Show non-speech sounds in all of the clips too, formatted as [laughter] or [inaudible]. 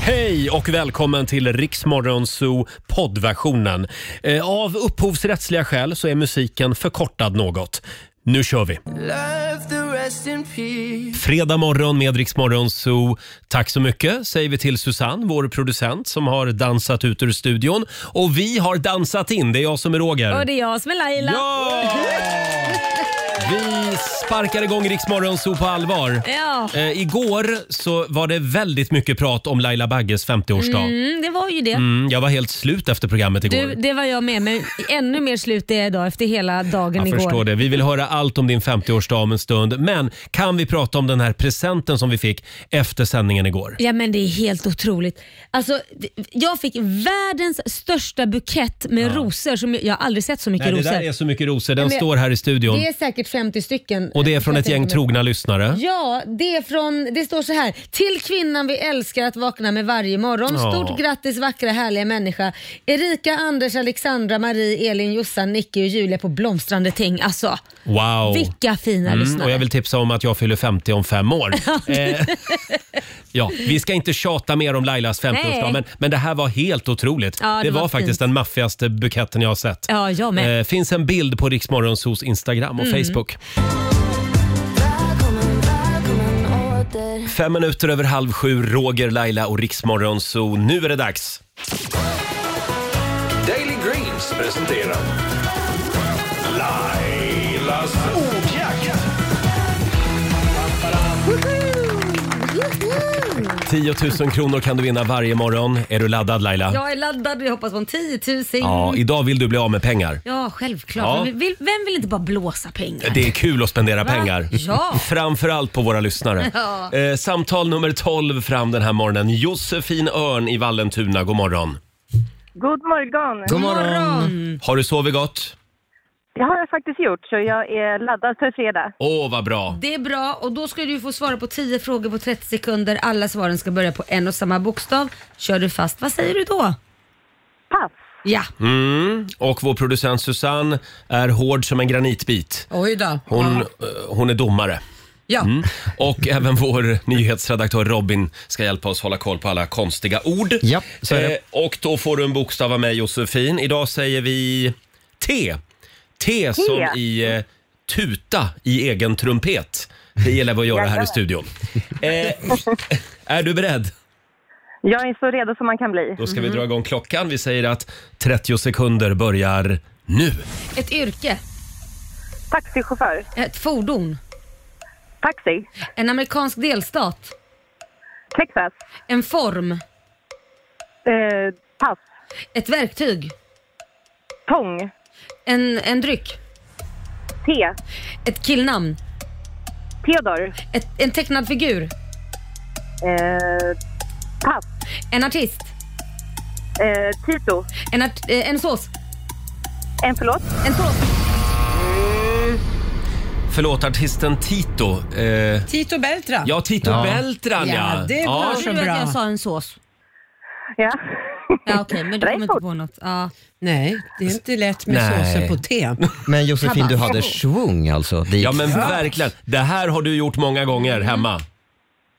Hej och välkommen till Riksmorgon Zoo poddversionen. Eh, Av upphovsrättsliga skäl så är musiken förkortad något. Nu kör vi! Fredag morgon med Riksmorgon Zoo. Tack så mycket säger vi till Susanne, vår producent som har dansat ut ur studion. Och vi har dansat in, det är jag som är Roger. Och det är jag som är Laila. Ja! Vi sparkar igång Riksmorgon Zoo på allvar. [laughs] Ja. Eh, igår så var det väldigt mycket prat om Laila Bagges 50-årsdag. Mm. Mm, det var ju det. jag var helt slut efter programmet igår. Du, det var jag med, men ännu mer slut är jag idag efter hela dagen jag igår. förstår det. Vi vill höra allt om din 50-årsdag om en stund. Men kan vi prata om den här presenten som vi fick efter sändningen igår? Ja men det är helt otroligt. Alltså, det- jag fick världens största bukett med rosor. Som jag, jag har aldrig sett så mycket Nej, det rosor. där är så mycket rosor. Den men- står här i studion. Det är säkert 50 stycken. Och det är från Jag ett gäng tänker mig. trogna lyssnare. Ja, det, är från, det står så här. Till kvinnan vi älskar att vakna med varje morgon. Ja. Stort grattis vackra härliga människa. Erika, Anders, Alexandra, Marie, Elin, Jossan, Nicky och Julia på blomstrande ting. Alltså, Wow! vilka fina Mm, lyssnare. och jag vill tipsa om att jag fyller 50 om fem [laughs] år. Eh, ja, vi ska inte tjata mer om Lailas 50-årsdag, Nej. men, men det här var helt otroligt. Ja, det det var, var faktiskt fint. den maffigaste buketten jag har sett. Ja, jag med. Mm. Eh, finns en bild på Riksmorgonsos Instagram och Facebook. Fem minuter över halv sju, Roger, Laila och Riksmorgonso. Nu är det dags! Daily Greens presenterar Lailas ordjakt. 10 000 kronor kan du vinna varje morgon. Är du laddad Laila? Jag är laddad och jag hoppas på en 10 000. Ja, Ja, idag vill du bli av med pengar. självklart. Ja. Vem, vill, vem vill inte bara blåsa pengar? Det är kul att spendera Va? pengar. Ja. Framförallt på våra lyssnare. [laughs] Ja. Eh, samtal nummer 12 fram den här morgonen. Josefin Örn i Vallentuna, god morgon. God morgon! God morgon! Har du sovit gott? Det har jag faktiskt gjort, så jag är laddad för fredag. Åh, vad bra. Det är bra och då ska du få svara på 10 frågor på 30 sekunder. Alla svaren ska börja på en och samma bokstav. Kör du fast, vad säger du då? Pass! Ja. Mm. Och vår producent Susanne är hård som en granitbit. Oj då. Hon, Mm. eh, hon är domare. Ja. Och [laughs] även vår nyhetsredaktör Robin ska hjälpa oss hålla koll på alla konstiga ord. Ja, så är det. Eh, och då får du en bokstav av mig Josefin. Idag säger vi T. T som i eh, tuta i egen trumpet. Det gillar vi att göra här i studion. Eh, är du beredd? Jag är så redo som man kan bli. Då ska Mm. vi Mm. dra igång klockan. Vi säger att 30 sekunder börjar nu. Ett yrke, Taxichaufför. ett fordon, Taxi. en amerikansk delstat, Texas. en form, Eh, pass. ett verktyg, Tång. en, en dryck, Te. ett killnamn, Theodor. ett, en tecknad figur, Eh, pass. en artist, Eh, Tito. en, art, eh, en sås, En förlåt. en sås. Mm. Förlåt, artisten Tito. Eh, Tito Beltran. ja, Tito Ja. Beltran ja. Ja, det var Hörde så du att bra. jag sa en sås? Ja. Ja okej, men du Det är kommer inte fort. på något. Ja. Nej, det är inte lätt med Nej. såser på te. Men Josefin, du hade svung alltså. Dit. Ja men verkligen. Det här har du gjort många gånger hemma.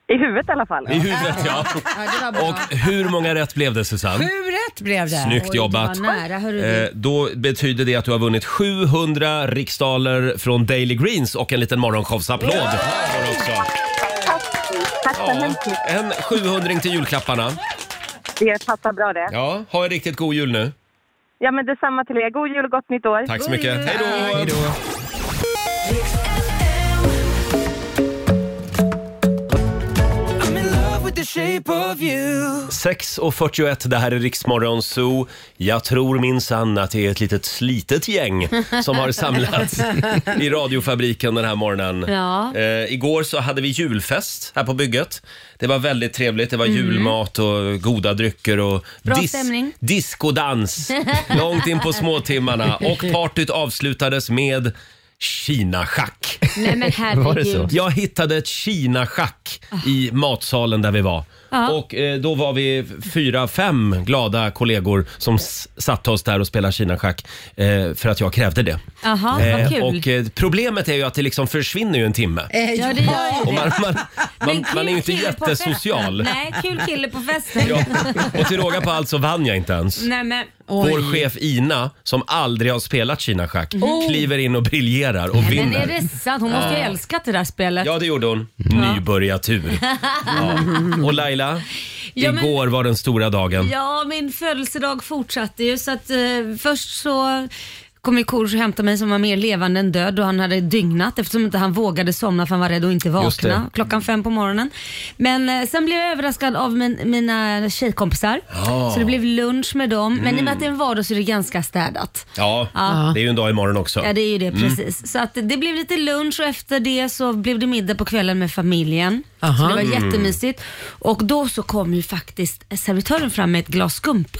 I huvudet i alla fall. I huvudet ja. [laughs] ja, det var bra. Och hur många rätt blev det Susanne? Hur rätt blev det? Snyggt Oj, jobbat. Det var nära, hörru Eh, du. då betyder det att du har vunnit 700 riksdaler från Daily Greens och en liten morgonshowsapplåd. får du också. Tack, tack så Ja, hemskt mycket. en 700 till julklapparna. Det passar bra det. Ja. Ja, ha en riktigt god jul nu. men detsamma till er. God jul och gott nytt år. Tack så mycket. Hej då! Hej då. I'm in love with the shape of you 6.41, det här är Riksmorgon Zoo. Jag tror minsann att det är ett litet slitet gäng som har [laughs] samlats i radiofabriken den här morgonen. Ja. Eh, igår så hade vi julfest här på bygget. Det var väldigt trevligt. Det var julmat och goda drycker och Mm. Bra stämning. [laughs] diskodans långt in på småtimmarna. Och partyt avslutades med Kina-schack. [laughs] Nej men herregud. Var det så? Jag hittade ett Kina-schack i matsalen där vi var. Ja. Och eh, då var vi fyra, fem glada kollegor som s- satte oss där och spelade Kina-schack eh, för att jag krävde det. Jaha, vad Eh, kul. och eh, problemet är ju att det liksom försvinner ju en timme. Eh, Ja, det gör ju Och det. man, man, Men man, kul man är ju inte kille på festen. jättesocial. Nej, kul kille på festen. Ja. Och [laughs] till råga på allt så vann jag inte ens. Nej men, Vår chef Ina, som aldrig har spelat Kina-schack, kliver in och briljerar och Mm. men vinner. är det sant? Hon måste ju älskat det där spelet. Ja, det gjorde hon. Nybörjartur. Ja. [laughs] Och Laila, Ja, men- igår var den stora dagen. Ja, min födelsedag fortsatte ju så att eh, först så kom ju Korosh och hämtade mig som var mer levande än död och han hade dygnat eftersom inte han vågade somna för han var rädd att inte Just det. vakna klockan fem på morgonen. Men eh, sen blev jag överraskad av min, mina tjejkompisar så det blev lunch med dem. Men i och Mm. med att det är en vardag så är det ganska städat. Ja, det är ju en dag imorgon också. Ja det är ju Mm. det precis. Så att det blev lite lunch och efter det så blev det middag på kvällen med familjen. Så Aha. det var jättemysigt. Och då så kom ju faktiskt servitören fram med ett glas skumpa.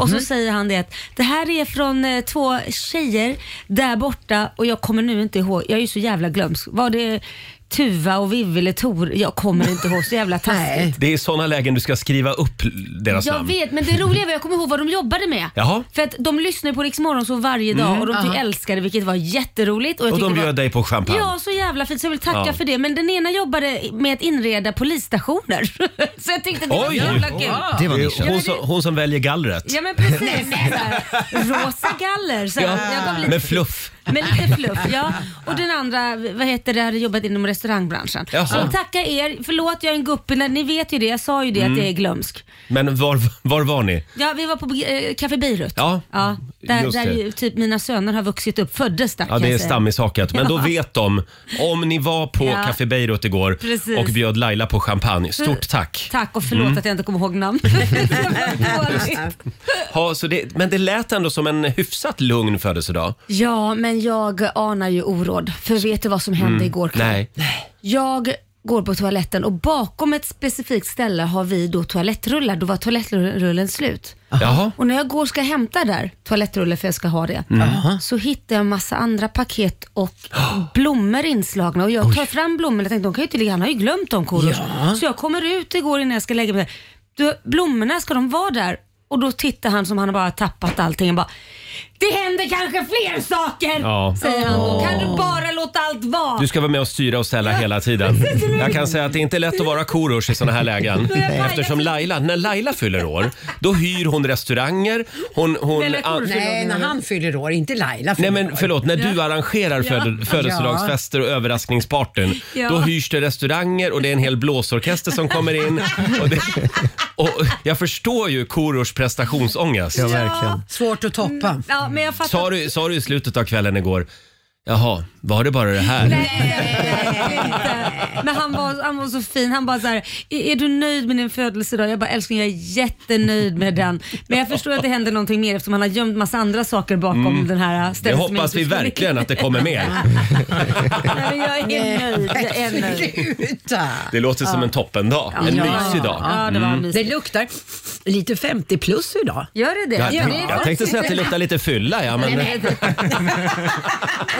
Och så säger han det att det här är från eh, två tjejer där borta och jag kommer nu inte ihåg, jag är ju så jävla glömsk. Var det Tuva och Vivi eller Tor? Jag kommer inte ihåg, så jävla taskigt. Det är i såna lägen du ska skriva upp deras Jag namn. vet, men det roliga var jag kommer ihåg vad de jobbade med. Jaha. För att de lyssnade på Rix så varje dag och de tyckte älskade det vilket var jätteroligt. jag Och de tyckte det bjöd var... dig på champagne. Ja, så jävla fint. Så jag vill tacka Ja. för det. Men den ena jobbade med att inreda polisstationer. [laughs] så jag tyckte det var Oj! jävla kul. Det var Det är nischat. Hon som, hon som väljer gallret. Ja men precis. Så här, Rosa galler. Så här, jag gav lite Med fluff. med lite fluff, ja. Och den andra, vad heter det, hade jobbat inom restaurangbranschen. Jaha. Så tacka er, förlåt jag är en guppy, ni vet ju det, jag sa ju det Mm. att jag är glömsk. Men var, var var ni? Ja, vi var på eh, Café Beirut. Ja, där just där det. ju typ mina söner har vuxit upp, föddes där Ja, kan det är jag säga. stammisakat. Men då Ja. vet de, om ni var på Ja. Café Beirut igår Precis. och bjöd Laila på champagne, stort [laughs] tack. Tack och Mm. förlåt att jag inte kommer ihåg namn. [laughs] Det [laughs] var dåligt. Ha, så det, men det lät ändå som en hyfsat lugn födelsedag. ja, men jag anar ju oråd. För vet du vad som hände igår kväll? Mm, Nej. Jag går på toaletten och bakom ett specifikt ställe har vi då toalettrullar. Då var toalettrullen slut. Jaha. Och när jag går och ska hämta där, toalettrullen för jag ska ha det, Mm. så hittar jag en massa andra paket och blommor inslagna. Och jag tar fram blommorna och tänkte, de kan ju inte ligga, han har ju glömt dem Korosh. Så jag kommer ut igår innan jag ska lägga mig. Du, blommorna, ska de vara där? Och då tittar han som han bara har tappat allting och bara, det händer kanske fler saker! Ja. Säger han då. Kan du bara låta allt vara? Du ska vara med och styra och ställa hela tiden. Jag kan säga att det är inte lätt att vara Korosh i såna här lägen. Eftersom Laila, när Laila fyller år, då hyr hon restauranger. Hon, hon, Eller an- Korosh. Nej, när han fyller år, inte Laila Nej fyller men år. förlåt, när du arrangerar föd- födelsedagsfester och överraskningspartyn Ja. då hyrs det restauranger och det är en hel blåsorkester som kommer in. Och det, och jag förstår ju Korosh prestationsångest. Ja, verkligen. Svårt att toppa. Mm. Ja, men jag fattar. Sa du, sa du i slutet av kvällen igår, jaha, var det bara det här? inte. Men han var, han var så fin. Han bara så här, "Är- är du nöjd med din födelsedag? Jag bara älskling jag är jättenöjd med den. Men jag förstår att det händer någonting mer eftersom han har gömt massa andra saker bakom den här Mm. äh, Det stället. som jag hoppas inte vi skulle- verkligen att det kommer [laughs] mer. Nej, men jag är nöjd. Jag är nöjd. Sluta! Det låter som en toppendag, en Ja. mysig dag. Mm. Ja, det var Det mysigt. luktar lite 50 plus idag. Gör det det? Jag, Gör det? jag tänkte säga att det luktar lite fylla ja, men Jag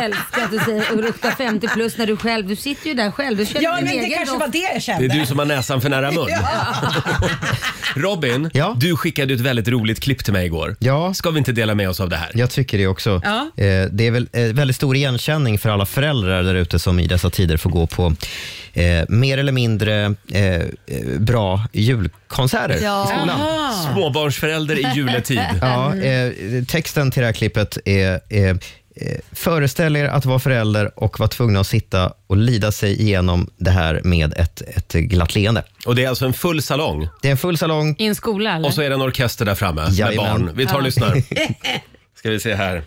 älskar att du säger och luktar 50 plus när du själv, du sitter ju där själv. Du känner Ja, din men det egen kanske doft. var det jag det är kände. du som har näsan för nära [laughs] mun. [laughs] Robin, Ja? du skickade ju ett väldigt roligt klipp till mig igår. Ja. Ska vi inte dela med oss av det här? Jag tycker det också. Ja. Eh, det är väl eh, väldigt stor igenkänning för alla föräldrar där ute som i dessa tider får gå på eh, mer eller mindre eh, eh, bra julkonserter i skolan. Småbarnsförälder [laughs] i juletid. [laughs] Ja, eh, texten till det här klippet är eh, eh, Föreställ er att vara förälder och vara tvungna att sitta och lida sig igenom det här med ett, ett glatt leende. Och det är alltså en full salong Det är en full salong. I en skola eller? och så är det en orkester där framme med Jajamän. barn. Vi tar och [laughs] lyssnar. Ska vi se här.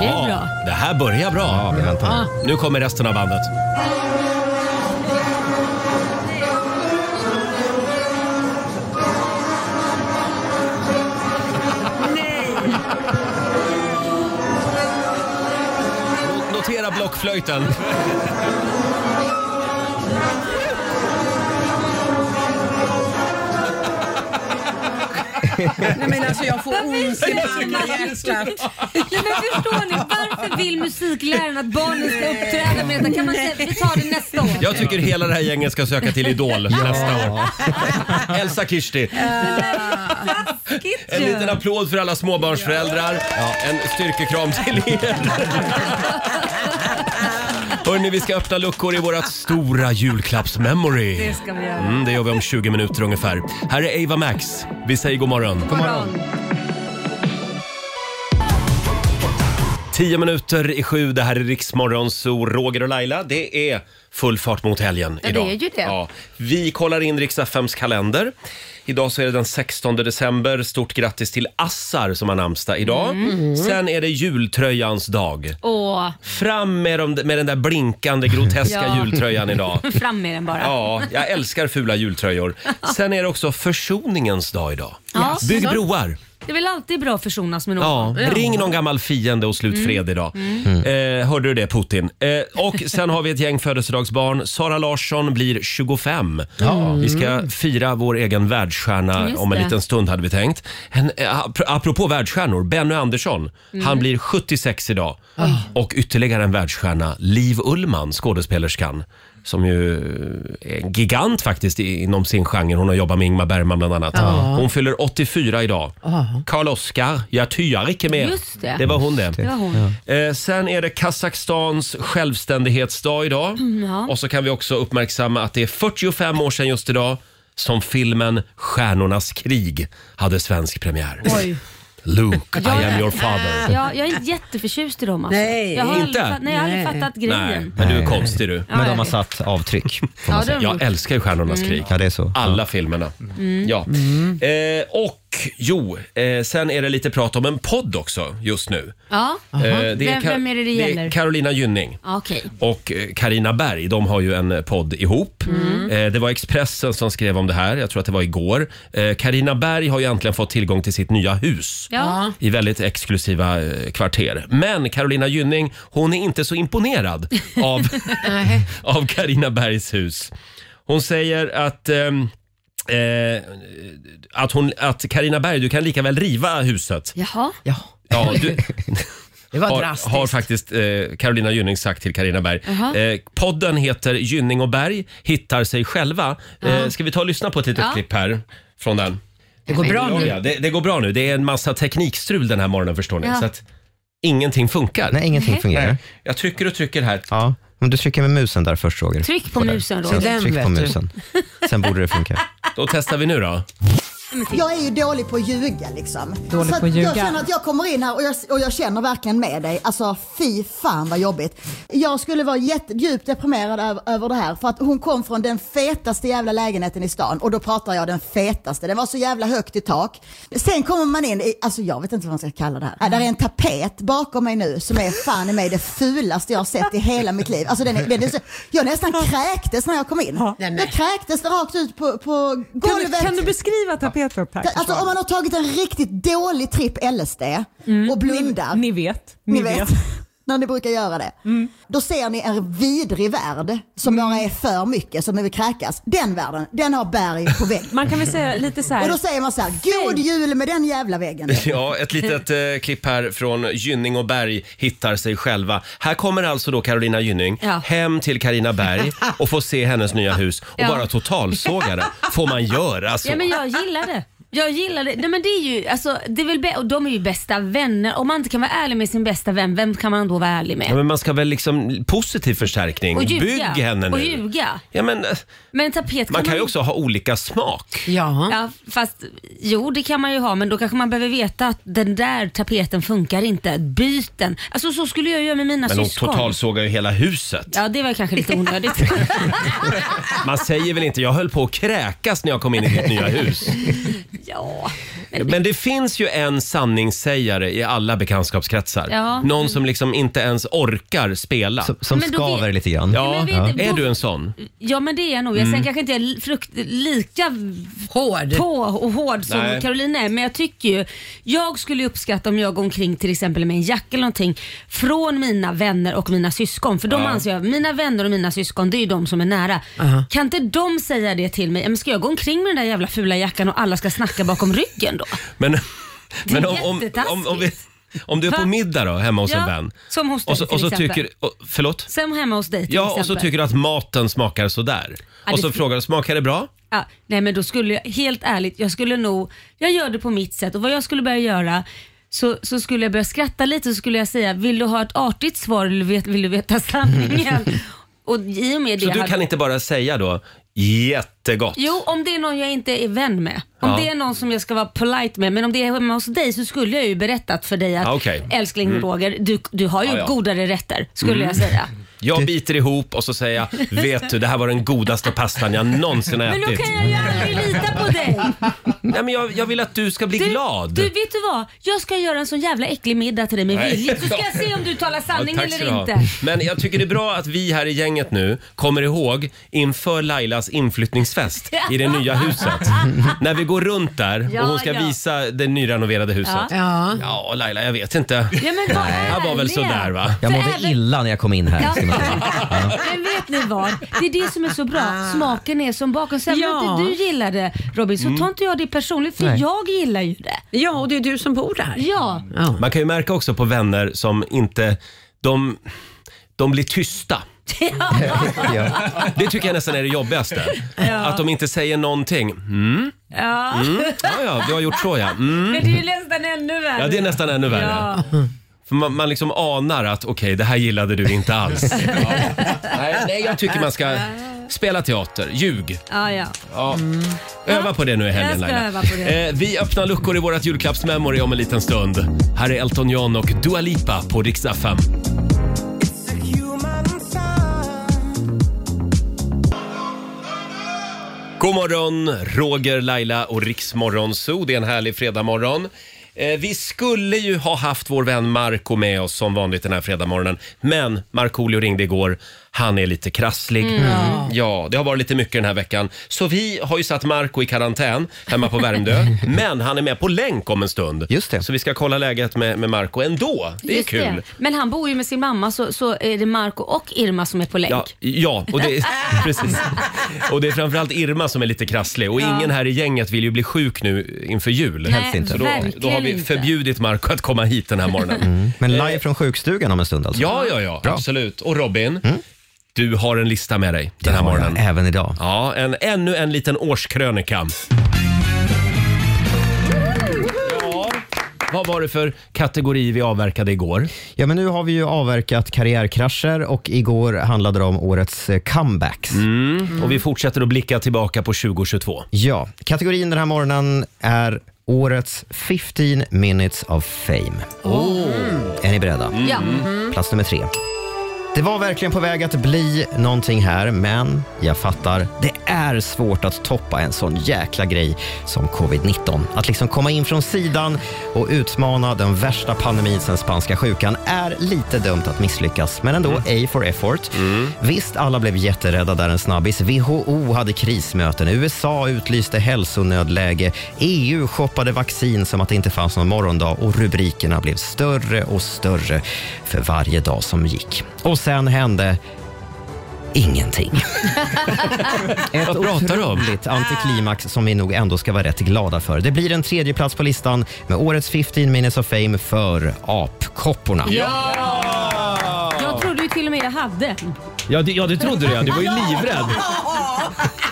det är bra. Det här börjar bra. Ah. Ja, vi väntar. Nu kommer resten av bandet. No- Notera blockflöjten. [laughs] Nej, men alltså jag får ont i hjärtat. Nej, men förstår ni, varför vill musikläraren att barnen ska uppträda med detta? Kan man säga, vi tar det nästa år. Jag tycker hela det här gänget ska söka till Idol nästa år. [laughs] Elsa Kirsti, [laughs] Taskigt en ju. liten applåd för alla småbarnsföräldrar. En styrkekram till er. Hörni, vi ska öppna luckor i vårt stora julklappsmemory. Det ska vi göra. Mm, det gör vi om 20 minuter ungefär. Här är Ava Max. Vi säger god morgon. God morgon. 10 minuter i sju. Det här är Riksmorgon, så Roger och Laila. Det är full fart mot helgen Ja, det idag. är ju det. Ja. Vi kollar in Rix FMs kalender. Idag så är det den 16 december. Stort grattis till Assar som har namnsdag idag. Mm. Sen är det jultröjans dag. Åh, Fram med, de, med den där blinkande groteska [laughs] Ja. jultröjan idag. fram med den bara. Ja, jag älskar fula jultröjor. Sen är det också försoningens dag idag. Ja. Bygg broar! Det är väl alltid bra att försonas med någon. Mm. Ja, ring någon gammal fiende och slut fred idag. Eh, hörde du det Putin? Eh, och sen har vi ett gäng födelsedagsbarn. Sara Larsson blir 25. Vi ska fira vår egen världsstjärna Just om en det. liten stund hade vi tänkt. En, eh, ap- apropå världsstjärnor, Benny Andersson. Mm. Han blir 76 idag. Ah. Och ytterligare en världsstjärna, Liv Ullman, skådespelerskan. Som ju är en gigant faktiskt i- inom sin genre. Hon har jobbat med Ingmar Bergman bland annat. Hon fyller 84 idag. Karl Oskar, jag tyar icke mer. Just det. var hon det. Det var hon. Eh, sen är det Kazakstans självständighetsdag idag. Mm, Och så kan vi också uppmärksamma att det är 45 år sedan just idag som filmen Stjärnornas krig hade svensk premiär. Oj. Luke, I am your father. Ja, jag är jätteförtjust i dem alltså. Nej, jag har inte. Aldrig, fatt- nej, jag har aldrig fattat Nej, grejen. men du är Nej. konstig du. Ja, Men jag de har vet. satt avtryck. får Ja, man det säga. har de Jag gjort. Mm. älskar ju Stjärnornas krig. Ja, det är så. Alla filmerna. Ja. Eh, och jo, eh, sen är det lite prat om en podd också just nu. Ja, Eh, det Vem- Ka- vem är det det är gäller? Carolina Gynning. Ja, okej. och Karina Berg, de har ju en podd ihop. Mm. Eh, Det var Expressen som skrev om det här, jag tror att det var igår. Karina Berg har ju äntligen fått tillgång till sitt nya hus Ja. i väldigt exklusiva eh, kvarter. Men Carolina Gynning, hon är inte så imponerad av, av Carina Bergs hus. Hon säger att ehm, Eh, att, hon, att Carina Berg, du kan lika väl riva huset. Jaha. Ja, Ja, du, [laughs] det var har, drastiskt. har faktiskt eh, Carolina Gynning sagt till Carina Berg. Eh, podden heter Gynning och Berg hittar sig själva. Eh, ska vi ta och lyssna på ett litet klipp här från den? det går bra Ja, nu. ja, det, det går bra nu. Det är en massa teknikstrul den här morgonen förstår ni. Ja. Så att ingenting funkar. Nej, ingenting fungerar. Nej. Jag trycker och trycker här. Ja, men du trycker med musen där först Roger. Tryck på där. musen, Ja, Roger. Den Tryck på vet du. musen. Sen borde det funka. Då testar vi nu då. Jag är ju dålig på att ljuga liksom. Dålig så på att ljuga. Jag känner att jag kommer in här och jag, och jag känner verkligen med dig. Alltså fy fan vad jobbigt. Jag skulle vara jätte, djupt deprimerad över, över det här för att hon kom från den fetaste jävla lägenheten i stan och då pratar jag den fetaste. Den var så jävla högt i tak. Sen kommer man in i, alltså jag vet inte vad man ska kalla det här. Äh, där är en tapet bakom mig nu som är fan i mig det fulaste jag har sett i hela mitt liv. Alltså den är, den är så, jag nästan kräktes när jag kom in. Nej, men. Jag kräktes rakt ut på, på Kan du, golvet. kan du beskriva tapetrock här? Alltså om man har tagit en riktigt dålig tripp LSD och blundar, Mm. Ni vet. Mm. ni vet, när ni brukar göra det. Då ser ni en vidrig värld som bara är för mycket, som vill kräkas. Den världen, den har berg på vägg. Man kan väl säga lite så Och här. då säger man så här, god jul med den jävla väggen. [laughs] Ja, ett litet eh, klipp här från Gynning och Berg hittar sig själva. Här kommer alltså då Carolina Gynning Ja. hem till Carina [laughs] Berg och får se hennes nya hus och Ja. bara totalsåga det. Får man göra så? Ja, men jag gillar det. Jag gillar det. Nej, men det är ju, alltså, det är väl bä- och de är ju bästa vänner. Om man inte kan vara ärlig med sin bästa vän, vem kan man då vara ärlig Ja, med? men man ska väl liksom positiv förstärkning. Och ljuga. Bygg henne nu. Och ljuga. Ja, men, eh, Men en tapet kan man kan ju också ha olika smak. Ja. Ja, fast jo det kan man ju ha men då kanske man behöver veta att den där tapeten funkar inte. Byt den. Alltså så skulle jag göra med mina Men hon syskon. totalsågar ju hela huset. Ja det var [laughs] kanske lite onödigt. Man säger väl inte jag höll på att kräkas när jag kom in i ditt nya hus. [laughs] ja. Men det finns ju en sanningssägare i alla bekantskapskretsar. Ja. Någon som liksom inte ens orkar spela. Som, som Men då skaver vet- lite grann. Ja, Men vet- är då- du en sån? ja men det är jag nog. Jag Mm. Sen kanske inte jag är frukt, lika Hård. på och hård som Nej. Caroline är men jag tycker ju, jag skulle uppskatta om jag går omkring till exempel med en jacka eller någonting från mina vänner och mina syskon för de Ja. anser jag, mina vänner och mina syskon det är ju de som är nära. Kan inte de säga det till mig? Ja, Men ska jag gå omkring med den där jävla fula jackan och alla ska snacka bakom ryggen då? då. Men, Det är men om, om, om, om, vi, om du är på Va? middag då, hemma hos Ja, en vän. som hos dig, och så, och så till tycker, exempel. och, Förlåt? Sen hemma hos dig till Ja, exempel. och så tycker du att maten smakar sådär. Ja, och det så fin- frågar du, smakar det bra? Ja, nej men då skulle jag, helt ärligt, jag skulle nog, jag gör det på mitt sätt och vad jag skulle börja göra så, så skulle jag börja skratta lite så skulle jag säga, vill du ha ett artigt svar eller vet, vill du veta sanningen? [laughs] och i och med Så det du hade- kan inte bara säga då, jättegott. Jo, om det är någon jag inte är vän med. Om Ja. det är någon som jag ska vara polite med. Men om det är hemma hos dig så skulle jag ju berättat för dig att Ja, okej. älskling Mm. Ah, Roger, du, du har ju Ja, ja. godare rätter skulle Mm. jag [laughs] säga. Jag biter ihop och så säger jag, vet du, det här var den godaste pastan jag någonsin har Men då ätit. kan jag ju aldrig lita på dig. Nej, men jag, jag vill att du ska bli glad. Du, vet du vad? Jag ska göra en sån jävla äcklig middag till dig med Nej. Willy. [laughs] Så ska jag se om du talar sanning Ja, tack ska du eller ha. [laughs] inte. Men jag tycker det är bra att vi här i gänget nu kommer ihåg inför Lailas inflyttningsfest i det nya huset. När vi går runt där Ja, och hon ska ja. visa det nyrenoverade huset. Ja. ja Laila, jag vet inte. Ja, men vad Jag var väl ärliga. sådär va? Jag mådde illa när jag kom in här. Ja. ska man säga. Men vet ni vad? Det är det som är så Ah. bra. Smaken är som baken. Sen Ja. om inte du gillar det Robin så Mm. tar inte jag det personligt för Nej. jag gillar ju det. Ja och det är du som bor där. Ja. [laughs] Man kan ju märka också på vänner som inte... De, de blir tysta. Det tycker jag nästan är det jobbigaste. Ja. Att de inte säger någonting. Mm. Ja. Mm. Ja, ja, du har gjort så ja. Mm. Men det är ju nästan ännu värre. Ja, det är nästan ännu värre. Ja. För man, man liksom anar att okej, det här gillade du inte [laughs] alls. nej, nej, jag tycker man ska spela teater, ljug. Ja, ja. Ja. Öva på det nu i helgen Mm. Jag ska Laila. öva på det. Eh, vi öppnar luckor i vårt julklappsmemory om en liten stund. Här är Elton John och Dua Lipa på riksdag 5. God morgon, Roger, Laila och Riksmorgon Zoo. Det är en härlig fredagmorgon. Eh, vi skulle ju ha haft vår vän Marco med oss som vanligt den här fredagmorgonen. Men Markoolio ringde igår. Han är lite krasslig. Mm. Ja. Ja, det har varit lite mycket den här veckan. Så vi har ju satt Marco i karantän hemma på Värmdö. men han är med på länk om en stund. Just det. Så vi ska kolla läget med, med Marco ändå. Det är Just kul. Men han bor ju med sin mamma så, så är det Marco och Irma som är på länk. Ja, ja och, [laughs] det, precis. och det är framförallt Irma som är lite krasslig och Ja. ingen här i gänget vill ju bli sjuk nu inför jul. Nej, Helst inte. Så då, då har verkligen vi inte. förbjudit Marco att komma hit den här morgonen. Mm. Men live från sjukstugan om en stund Mm. alltså? Eh. Mm. Ja, ja, ja, absolut. Och Robin, du har en lista med dig den här morgonen. Även idag. Ja, en, ännu en liten årskrönika. Ja, Vad var det för kategori vi avverkade igår? Ja, men nu har vi ju avverkat karriärkrascher och igår handlade det om årets eh, comebacks. Mm. Och vi fortsätter att blicka tillbaka på 2022. Ja, kategorin den här morgonen är årets 15 minutes of fame. Är ni beredda? Ja. Mhm. Plats nummer tre. Det var verkligen på väg att bli någonting här, men jag fattar. Det är svårt att toppa en sån jäkla grej som covid-19. Att liksom komma in från sidan och utmana den värsta pandemin sen spanska sjukan är lite dumt att misslyckas, men ändå A for effort. Visst, alla blev jätterädda där en snabbis. WHO hade krismöten, USA utlyste hälsonödläge, EU shoppade vaccin som att det inte fanns någon morgondag och rubrikerna blev större och större för varje dag som gick. Och sen hände ingenting. [laughs] Ett Vad pratar du om? otroligt antiklimax som vi nog ändå ska vara rätt glada för. Det blir en tredje plats på listan med årets 15 minutes of fame för apkopporna. Jag trodde ju till och med jag hade en. Ja, det, ja, det trodde du ja. Du var ju livrädd.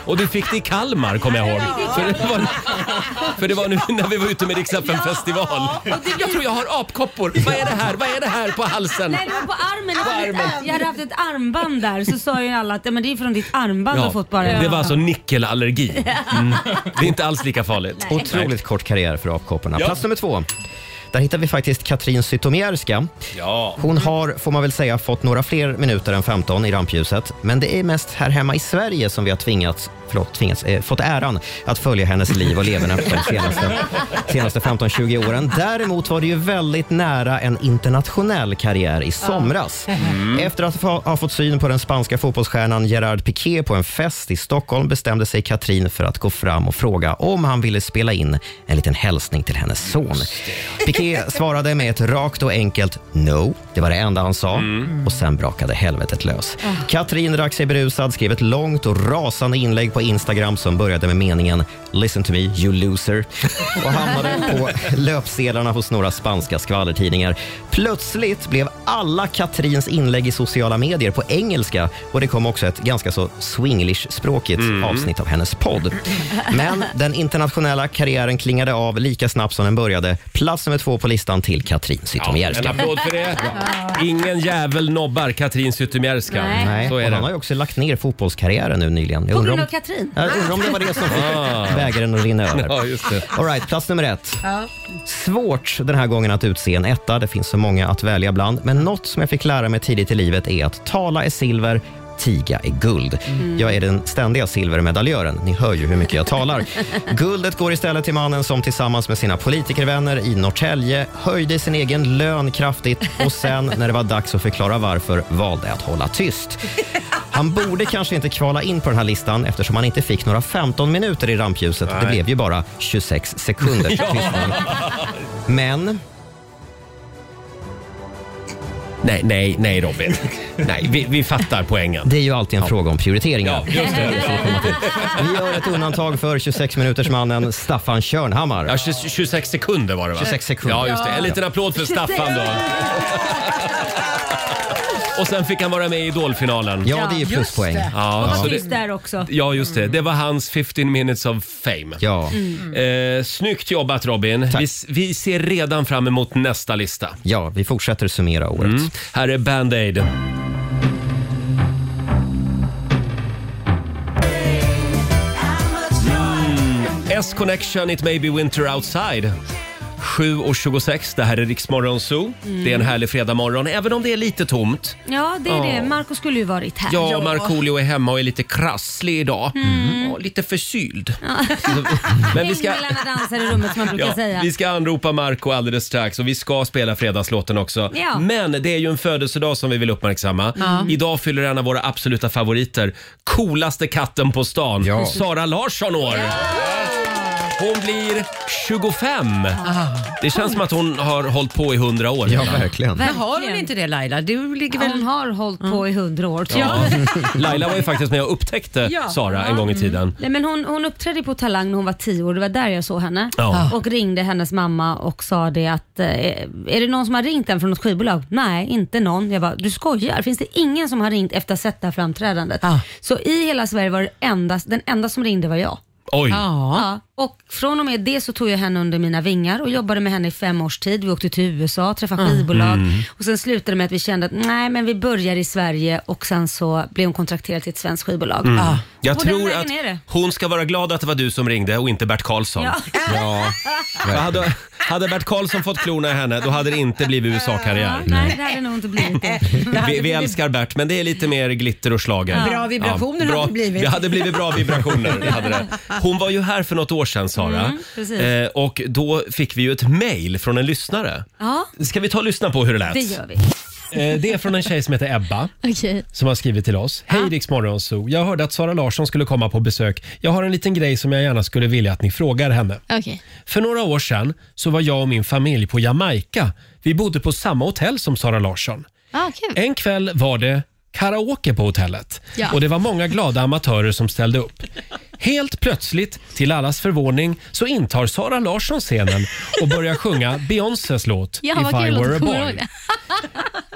Och du fick det i Kalmar, kommer jag ihåg. För det var, för det var nu när vi var ute med Rix FM festival. Jag tror jag har apkoppor. Vad är det här? Vad är det här på halsen? Nej, det var på armen. Jag På hade, armen. Jag hade haft ett armband där så sa ju alla att ja, men det är från ditt armband du har fått bara. det var alltså nickelallergi. Mm. Det är inte alls lika farligt. Otroligt kort karriär för apkopporna. Ja. Plats nummer två. Där hittar vi faktiskt Katrin Zytomierska. Ja. Hon har, får man väl säga, fått några fler minuter än 15 i rampljuset. Men det är mest här hemma i Sverige som vi har tvingats, förlåt, tvingats, eh, fått äran att följa hennes liv och leverne de senaste, senaste 15-20 åren. Däremot var det ju väldigt nära en internationell karriär i somras. Efter att ha, ha fått syn på den spanska fotbollsstjärnan Gerard Piqué på en fest i Stockholm bestämde sig Katrin för att gå fram och fråga om han ville spela in en liten hälsning till hennes son. Piqué svarade med ett rakt och enkelt no. Det var det enda han sa och sen brakade helvetet lös. Katrin drack sig berusad, skrev ett långt och rasande inlägg på Instagram som började med meningen “Listen to me, you loser” och hamnade på löpsedlarna hos några spanska skvallertidningar. Plötsligt blev alla Katrins inlägg i sociala medier på engelska och det kom också ett ganska så swinglish-språkigt Mm. avsnitt av hennes podd. Men den internationella karriären klingade av lika snabbt som den började. Plats nummer två på listan till Katrin En Zytomierska. applåd för det. Ingen jävel nobbar Katrin Zytomierska. Nej, Så är och han har det. ju också lagt ner fotbollskarriären nu nyligen. Jag På undrar grund om, av Katrin. jag undrar om det var det som fick Ah. bägaren att rinna över. Ja, just det. All right, plats nummer ett. Ja. Svårt den här gången att utse en etta. Det finns så många att välja bland. Men något som jag fick lära mig tidigt i livet är att tala är silver, tiga är guld. Jag är den ständiga silvermedaljören. Ni hör ju hur mycket jag talar. Guldet går istället till mannen som tillsammans med sina politikervänner i Norrtälje höjde sin egen lön kraftigt och sen när det var dags att förklara varför valde att hålla tyst. Han borde kanske inte kvala in på den här listan eftersom han inte fick några 15 minuter i rampljuset. Det blev ju bara 26 [laughs] sekunder. till tystnaden. Men Nej, nej, nej Robin. Nej, vi, vi fattar poängen. det är ju alltid en fråga om prioriteringar. Ja, just det. Vi gör ett undantag för 26-minutersmannen Staffan Körnhammar. Ja, 20 26 sekunder var det va? 26 sekunder. Ja, just det. En liten applåd för Staffan då. Och sen fick han vara med i Idolfinalen. Ja, det är ju pluspoäng. Just det. alltså Ja, så Var det- tyst där också. Ja, just det. Det var hans 15 minutes of fame. Ja, Eh, snyggt jobbat Robin. Vi, vi ser redan fram emot nästa lista. ja, vi fortsätter summera året. Mm. Här är Band Aid. S-Connection, It May Be Winter Outside. 7.26, det här är Riksmorgon Zoo. Det är en härlig fredagmorgon, även om det är lite tomt. Ja, det är det. Marco skulle ju varit här. Jag och Markoolio är hemma och är lite krasslig idag. Ja, lite förkyld. [laughs] Men vi ska... Änglarna dansar i rummet som man brukar Ja, säga. vi ska anropa Marco alldeles strax och vi ska spela fredagslåten också. Ja. Men det är ju en födelsedag som vi vill uppmärksamma. Mm. Idag fyller en av våra absoluta favoriter, coolaste katten på stan, Sara Larsson år. Hon blir 25. Ah. Det känns som att hon har hållit på i 100 år. Ja, redan. verkligen. Men har hon inte det Laila? Du ligger väl... Hon har hållit på i hundra år. tror jag. Ja. Laila var ju faktiskt med och upptäckte Ja. Sara en gång i tiden. Nej, men hon, hon uppträdde på Talang när hon var tio år, det var där jag såg henne. Ja. Och ringde hennes mamma och sa det att, eh, är det någon som har ringt en från något skivbolag? Nej, inte någon. Jag bara, du skojar? Finns det ingen som har ringt efter att ha sett det här framträdandet? Ja. Så i hela Sverige var det endast, den enda som ringde var jag. Oj. Ja. Ja, och från och med det så tog jag henne under mina vingar och jobbade med henne i fem års tid. Vi åkte till USA, träffade Mm. skivbolag Mm. och sen slutade det med att vi kände att nej men vi börjar i Sverige och sen så blev hon kontrakterad till ett svenskt skivbolag. Mm. Jag Ah. Och den tror vägen att är det. hon ska vara glad att det var du som ringde och inte Bert Karlsson. [laughs] Ja. Ja, Vad Hade, hade Bert Karlsson fått klorna i henne, då hade det inte blivit Ja, USA-karriär. nej, det hade nog inte [laughs] blivit det. Vi, vi älskar Bert, men det är lite mer glitter och slager. Bra vibrationer hade det blivit. [laughs] Det hade blivit bra vibrationer. Det hade det. Hon var ju här för något år sedan, Sara. Mm, precis. eh, och då fick vi ju ett mejl från en lyssnare. Ja, Ska vi ta och lyssna på hur det lät? det gör vi. Eh, Det är från en tjej som heter Ebba som har skrivit till oss. Hej Rix Morgonzoo. Jag hörde att Sara Larsson skulle komma på besök. Jag har en liten grej som jag gärna skulle vilja att ni frågar henne. För några år sedan så var jag och min familj på Jamaica. Vi bodde på samma hotell som Sara Larsson. En kväll var det karaoke på hotellet och det var många glada amatörer som ställde upp. Helt plötsligt, till allas förvåning, så intar Sara Larsson scenen och börjar sjunga Beyoncés låt If I were a boy.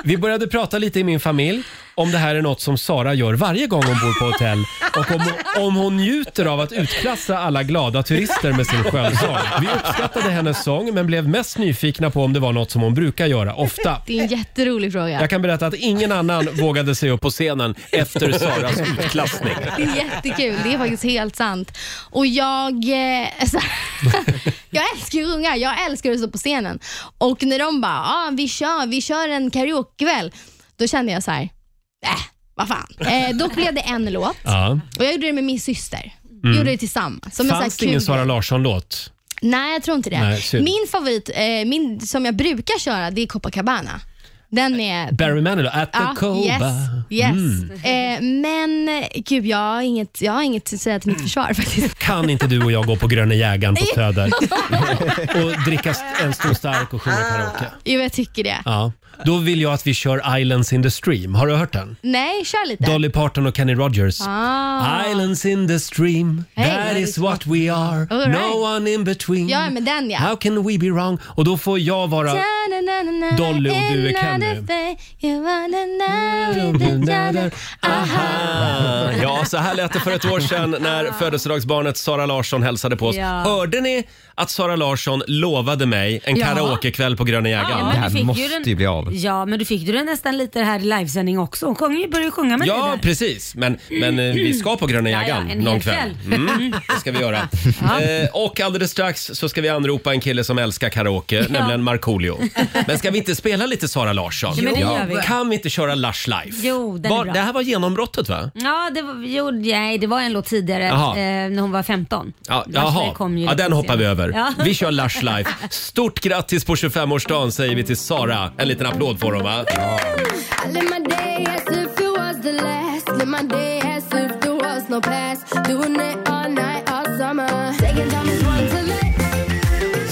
Vi började prata lite i min familj om det här är något som Sara gör varje gång hon bor på hotell och om, om hon njuter av att utklassa alla glada turister med sin skönsång. Vi uppskattade hennes sång men blev mest nyfikna på om det var något som hon brukar göra [laughs] ofta. Det är en jätterolig fråga. Jag kan berätta att ingen annan vågade sig upp på scenen efter Saras utklassning. Det är jättekul. Det är faktiskt helt sant. Och jag... Eh, alltså, [laughs] jag älskar ju att sjunga. Jag älskar att stå på scenen. Och när de bara, ah, vi kör, vi kör en karaokekväll. Då kände jag så här, äh, vad fan. Eh, då blev det en låt Ja. och jag gjorde det med min syster. Vi gjorde det tillsammans. Som en sån här Mm. Fanns det ingen kul- Sara Larsson-låt? Nej, jag tror inte det. Nej, synd. min favorit, eh, min, som jag brukar köra, det är Copacabana. Den är... Barry Manilow, At the Mm. Coba. yes, Ah, yes. Eh, men eh, gud, jag har, inget, jag har inget att säga till mitt försvar faktiskt. Kan inte du och Mm. jag gå på Gröna [laughs] jägaren på Söder och dricka st- en stor stark och sjunga karaoke? Jo, jag tycker det. Ja. då vill jag att vi kör Islands in the stream. Har du hört den? Nej, kör lite. Dolly Parton och Kenny Rogers. Ah. Islands in the stream, Hey, that is what we are. All right. No one in between. Ja, men den ja. How can we be wrong? Och då får jag vara... Ta-na-na-na-na, Dolly och du är another Kenny. Mm. day, you wanna know with each other. Aha. Ah, Ja, så här lät det för ett år sedan när födelsedagsbarnet Sara Larsson hälsade på oss. Ja. Hörde ni att Sara Larsson lovade mig en Ja. karaokekväll på Gröna jägaren? men du fick den- Ja, men du fick ju den nästan lite här i livesändning också. Hon sjöng ju- började ju sjunga med dig Ja, där. precis. Men, men eh, vi ska på Gröna Ja, ja, jägaren en någon hel kväll. kväll. Mm, det ska vi [laughs] göra. Eh, och alldeles strax så ska vi anropa en kille som älskar karaoke, nämligen Markoolio. Men ska vi inte spela lite Sara Larsson? Ja, men det gör vi. Kan vi inte köra Lush Life? Jo, den är Var- bra. det här var genombrottet va? Ja, det var, jo, nej, det var en låt tidigare Jaha. eh, när hon var 15. Ja, Lush jaha, Life kom ju ja, lite den hoppar vi senare. över. Ja. Vi kör Lush Life. Stort grattis på 25-årsdagen säger vi till Sara. En liten applåd får hon va? I live my day as if it was the last. Live my day as if there was no past. Doing it all night, all summer. Taking time is one to live.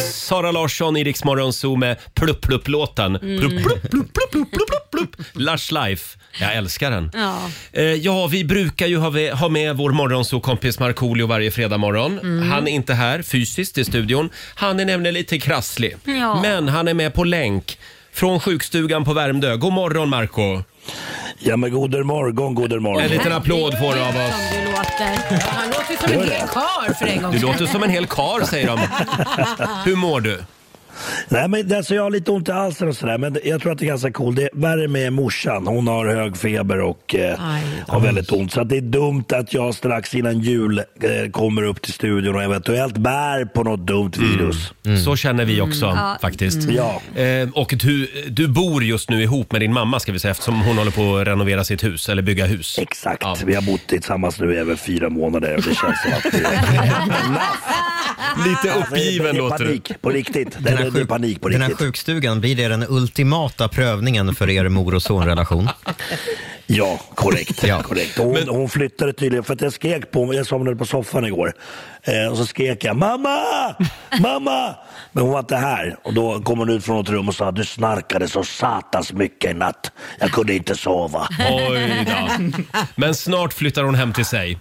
Sara Larsson i Rix Morgon Zoo med Plupp-Plupp-låten. Mm. Plupp, plupp, plupp, plupp, plupp, plupp, plupp. Lush Life. Jag älskar den. Ja. Eh, ja, vi brukar ju ha, ve- ha med vår morgonsokompis Markoolio varje fredag morgon. Mm. Han är inte här fysiskt i studion. Han är nämligen lite krasslig. Ja. Men han är med på länk från sjukstugan på Värmdö. God morgon Marco Ja men god morgon, god morgon. En liten applåd får du av oss. Som du Han låter. låter ju som en hel karl för en gångs Du låter som en hel kar säger [laughs] de. Hur mår du? Nej, men det- alltså, jag har lite ont i halsen och sådär, men jag tror att det är ganska coolt. Det är värre med morsan. Hon har hög feber och eh, har väldigt ont. Så att det är dumt att jag strax innan jul eh, kommer upp till studion och eventuellt bär på något dumt Mm. virus. Mm. Så känner vi också Mm. Ja. faktiskt. Mm. Ja. Eh, och du, du bor just nu ihop med din mamma ska vi säga eftersom hon håller på att renovera sitt hus eller bygga hus. Exakt, vi har bott tillsammans nu i över fyra månader och det känns som att det [laughs] Alltså, Lite uppgiven låter du. panik, På riktigt. Det Den här är, det är panik på Den här riktigt. sjukstugan, blir det den ultimata prövningen för er mor och sonrelation? Ja, korrekt. korrekt. Hon, hon flyttade tydligen, för att jag skrek på mig, jag somnade på soffan igår. Eh, och så skrek jag mamma, mamma. Men hon var inte här. Och då kom hon ut från något rum och sa du snarkade så satans mycket i natt. Jag kunde inte sova. [laughs] Oj då. [laughs] Men snart flyttar hon hem till sig.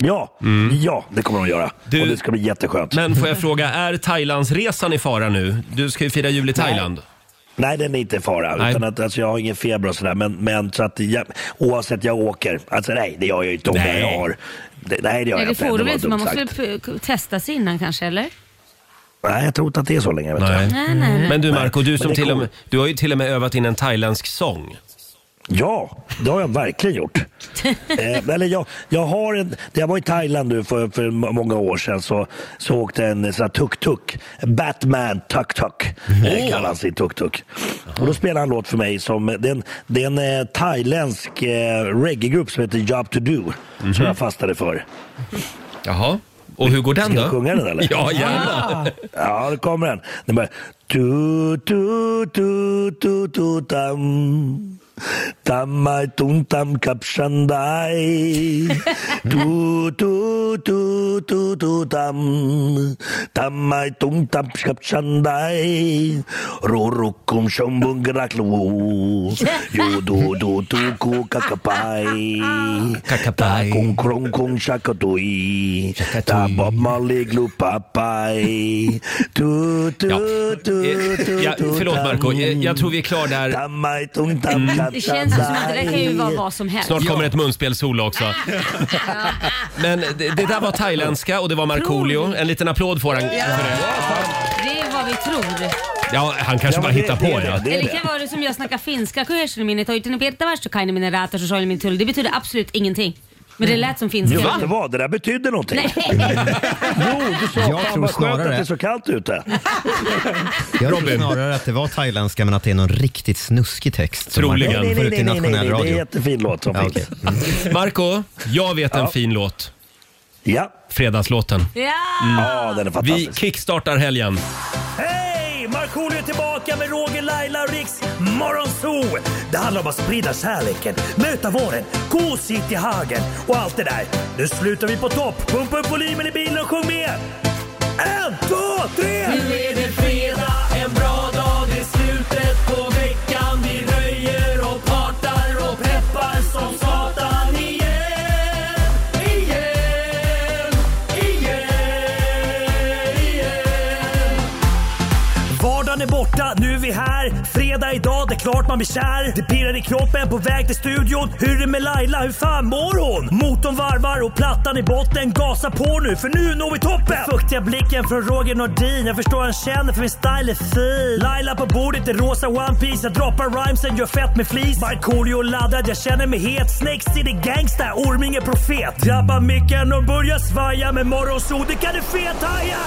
Mm. Ja, ja det kommer hon göra. och det ska bli jätteskönt. Men får jag fråga, är Thailandsresan i fara nu? Du ska ju fira jul i Thailand. Nej, den är inte i fara. Utan att, alltså, jag har ingen feber och sådär. Men, men så att jag, oavsett, jag åker. Alltså nej, det gör jag ju inte. Om Nej. jag har. Det, nej, det gör jag Nej, det inte. får du var väl inte. dumt Man måste sagt. väl p- testa sig innan kanske, eller? Nej, jag tror inte att det är så länge. Vet Nej. Jag. Nej, nej, nej. Men du Marco, du, Men som det till och kommer. med, du har ju till och med övat in en thailändsk sång. Ja, det har jag verkligen gjort. eh, eller jag, jag, har en, jag var i Thailand nu för, för många år sedan så, så åkte en sån här tuk-tuk, Batman tuk-tuk, eh, kallar han sin tuk-tuk. Och då spelade han en låt för mig som, det är en, det är en eh, thailändsk eh, reggaegrupp som heter Job to do, som jag fastnade för. Jaha, och hur går den Ska då? jag sjunga den eller? [laughs] Ah. Ja, gärna. Ja, då kommer den. Den börjar... Tu, tu, tu, tu, tu, tam. Tammai tum tam kapshandai. Tu, tu, tu, tu, tu, tam. Tammai tum tam kapshandai. Rurukum shombung graklu. Jo, du, du, tu, ku, kakapai. Kakapai. Kung, krung, kung, shakatui. Ta, bob, mali, glu, papai. Tu, tu, tu, tu, Eh, Ja, tu, förlåt tam. Marco, jag, jag tror vi är klara där. Mm. Tammai tum tam Det känns som att det där kan ju vara vad som helst. Snart kommer ett munspelssolo också. Men det, det där var thailändska och det var Markoolio. En liten applåd får han för det. Det är vad vi tror. Ja, han kanske Ja, bara men det- hittar på det är det, ja. det är Eller det kan vara det som jag snackar finska. Kuhesjniminnet och utenepertavastokainiminen ratasosolimin tull. Det betyder absolut ingenting. Men Mm. det lät som finska. Jo, vet du vad? Det där betydde någonting. [laughs] Jo, du sa Jag fan tror vad skönt att snarare- det är så kallt ute. Jag tror Robin. snarare att det var thailändska men att det är någon riktigt snuskig text som man Troligen. får ut i nej, nej, nationell det är en radio. jättefin låt som Ja, finns. Mm. Marco, jag vet en fin låt. Ja. Fredagslåten. Ja! Ja, den är Vi kickstartar helgen. Hej! Markoolio är tillbaka med Roger, Laila och Riks Morgonzoo! Det handlar om att sprida kärleken, möta våren, gosigt i hagen och allt det där. Nu slutar vi på topp! Pumpa upp volymen i bilen och sjung med! En, två, tre! Nu är det fredag, en bra dag, det är slutet på veckan. fredag idag, det är klart man blir kär. Det pirrar i kroppen på väg till studion. Hur är det med Laila, hur fan mår hon? Motorn varvar och plattan i botten. Gasa på nu, för nu når vi toppen! Den fuktiga blicken från Roger Nordin. Jag förstår han känner för min style är fin. Laila på bordet i rosa One Piece Jag droppar rhymesen, gör fett med flis. Markoolio laddad, jag känner mig het. Snake City gangsta, Orminge profet. Drabbar micken och börjar svaja. Med morgonsol, det kan du fethaja!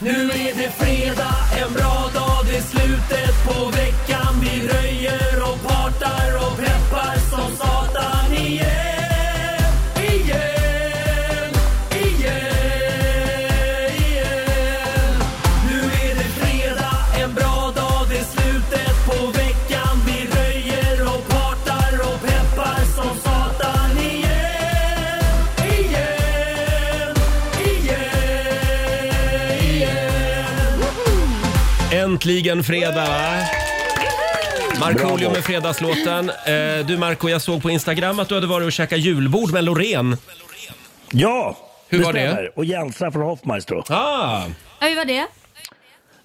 Nu är det fredag, en bra dag, det är slutet på veckan Vi röjer och partar och peppar som satan igen Igen, igen, igen Nu är det fredag, en bra dag, det är slutet på veckan Vi röjer och partar och peppar som satan igen Igen, igen, igen Äntligen fredag! va? Markoolio med fredagslåten. Eh, Du Marco, jag såg på Instagram att du hade varit och käkat julbord med Loreen. Ja! Hur var stämmer. det? Och Jensa från Hoffmeister. Ah. [laughs] Ja, hur var det?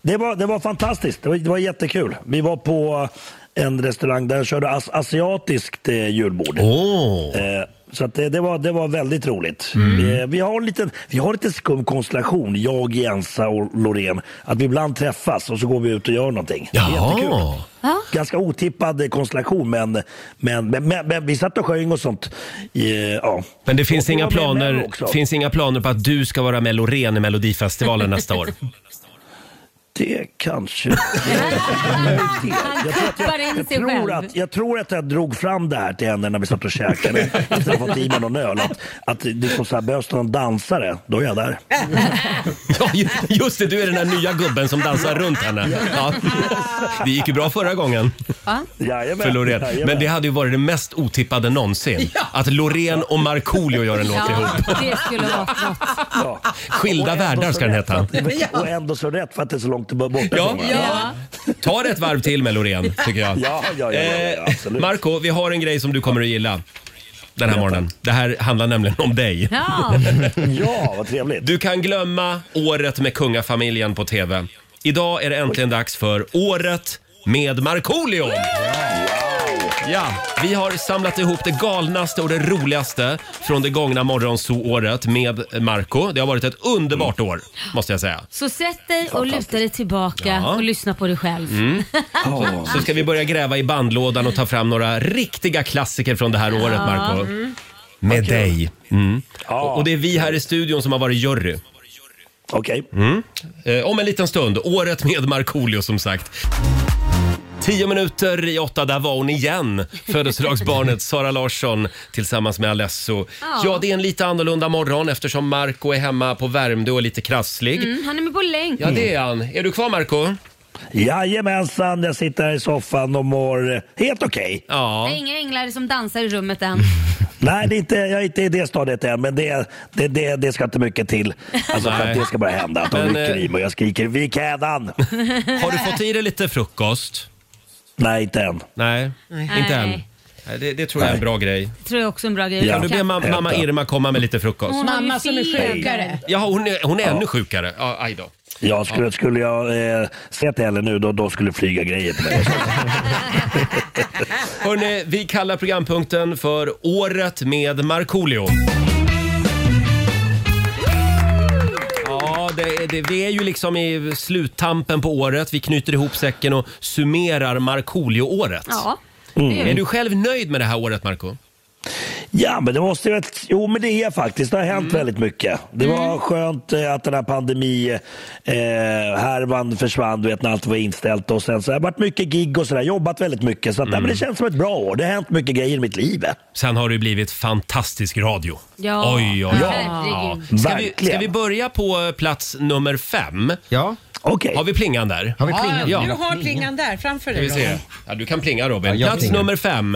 Det var, det var fantastiskt. Det var, det var jättekul. Vi var på en restaurang där jag körde as- asiatiskt eh, julbord. Eh, så att det, det, var, det var väldigt roligt. Mm. Vi, vi, har en liten, vi har en liten skum konstellation, jag, Jensa och Loreen. Att vi ibland träffas och så går vi ut och gör någonting. Det är Jaha. Jättekul. Ganska otippad eh, konstellation men, men, men, men, men vi satt och sjöng och sånt. Eh, ja. Men det finns Och vi inga, var med män planer, också. finns inga planer på att du ska vara med Loreen i Melodifestivalen [laughs] nästa år? Det kanske... Han tappar in Jag sig tror, själv. att, jag tror att jag drog fram det här till henne när vi satt och [laughs] käkade efter att ha fått i mig någon öl. Att, att liksom så här, behövs det någon dansare, då är jag där. [laughs] Ja, ju- just det, du är den där nya gubben [laughs] som dansar Alltså, runt henne. Ja. Det gick ju bra förra gången Jajamän, för Loreen. jajamän. Men det hade ju varit det mest otippade någonsin. Att Loreen och Markoolio gör en låt ihop. det skulle vara något. Skilda världar ska den heta. Och ändå så rätt för att det är så långt borta Ja. från varandra. Ja. Ta det ett varv till med Loreen, tycker jag. Ja, ja, ja, ja, ja, absolut. Eh, Marco, vi har en grej som du kommer att gilla den här morgonen. Det här handlar nämligen om dig. Ja. [laughs] Ja, vad trevligt. Du kan glömma året med kungafamiljen på TV. Idag är det äntligen dags för året med Markoolio! Ja, vi har samlat ihop det galnaste och det roligaste från det gångna morgonso-året med Marco. Det har varit ett underbart Mm. år, måste jag säga. Så sätt dig och luta dig tillbaka Ja. och lyssna på dig själv. Mm. [laughs] Så- Så ska vi börja gräva i bandlådan och ta fram några riktiga klassiker från det här året, Marco. Mm. Med dig. Mm. Och och det är vi här i studion som har varit jury. Okej. Mm. Eh, om en liten stund, året med Markoolio som sagt. Tio minuter i åtta, där var hon igen. Födelsedagsbarnet Sara Larsson tillsammans med Alesso. Ja. Ja, det är en lite annorlunda morgon eftersom Marco är hemma på Värmdö och är lite krasslig. Mm, han är med på länk. Ja, det är han. Är du kvar Marco? Jajamensan, jag sitter här i soffan och mår eh, helt okej. Ja. Det är inga änglar som dansar i rummet Mm. än. Nej, det är inte, jag är inte i det stadiet än, men det, det, det, det ska inte mycket till. Alltså för Nej. att det ska bara hända. Att de Men, rycker eh, i mig och jag skriker Vikädan! Har du fått i dig lite frukost? Nej, inte än. Nej, Nej. inte än. Nej, det, det tror jag är en bra grej. tror jag också är en bra grej. Kan du be ma- mamma Irma komma med lite frukost? Hon har ju Mamma som är feber. sjukare. Ja, hon är, hon är ännu sjukare. Ja, aj då. Ja, skulle, skulle jag eh, se till henne nu då, då skulle det flyga grejer på mig. Hörrni, vi kallar programpunkten för Året med Markoolio. Ja, det, det, vi är ju liksom i sluttampen på året. Vi knyter ihop säcken och summerar Markoolio-året. Ja. Mm. Är du själv nöjd med det här året, Marco? Ja, men det måste ju... ett- Jo, men det är jag faktiskt. Det har Mm. hänt väldigt mycket. Det var skönt eh, att den här pandemi eh, härvan försvann, du vet, när allt var inställt. Och sen så har det varit mycket gig och sådär. Jobbat väldigt mycket. Så att, nej, men det känns som ett bra år. Det har hänt mycket grejer i mitt liv. Sen har det ju blivit fantastisk radio. Ja. Oj, oj, oj. Herregud. Ja. Ska, vi, ska Verkligen. vi börja på eh, plats nummer fem? Ja. Okej. Har vi plingan där? Har vi Ja, Ja. Du har plingan där framför Ska vi dig. se. Robin. Ja, du kan plinga Robin. jag Plats plingar. nummer fem.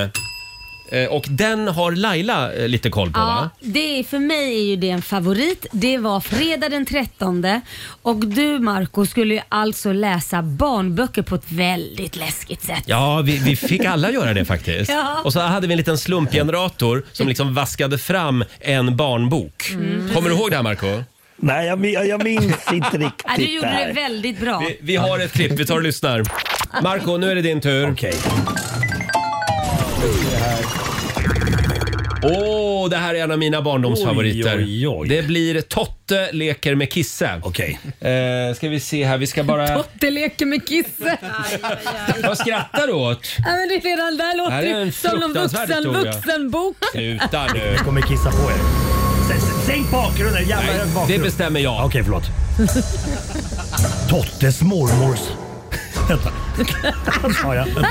Eh, Och den har Laila eh, lite koll på Ja, va? det är, för mig är ju det en favorit. Det var fredag den 13 och du Marco skulle ju alltså läsa barnböcker på ett väldigt läskigt sätt. Ja, vi, vi fick alla göra det faktiskt. Ja. Och så hade vi en liten slumpgenerator som liksom vaskade fram en barnbok. Kommer du ihåg det här Marco? Nej, jag, min- jag minns inte [laughs] Ja, du riktigt det gjorde det här. väldigt bra. Vi, vi har ett klipp, vi tar och lyssnar. Marco, nu är det din tur. Okej. Åh, det här är en av mina barndomsfavoriter. Oj, oj, oj. Det blir Totte leker med Kisse. Okej. Eh, ska vi se här, vi ska bara... Totte leker med Kisse. Vad skrattar du åt? Nej, men det är redan där Det här är låter en det som någon fruktansvärd vuxen historia. vuxenbok. Sluta nu. kommer kissa på er. S- Sänk bakgrunden, jävla Nej, bakgrund. det bestämmer jag. Okej, förlåt. Tottes mormors... [laughs] Vänta. Vad sa jag? Vänta.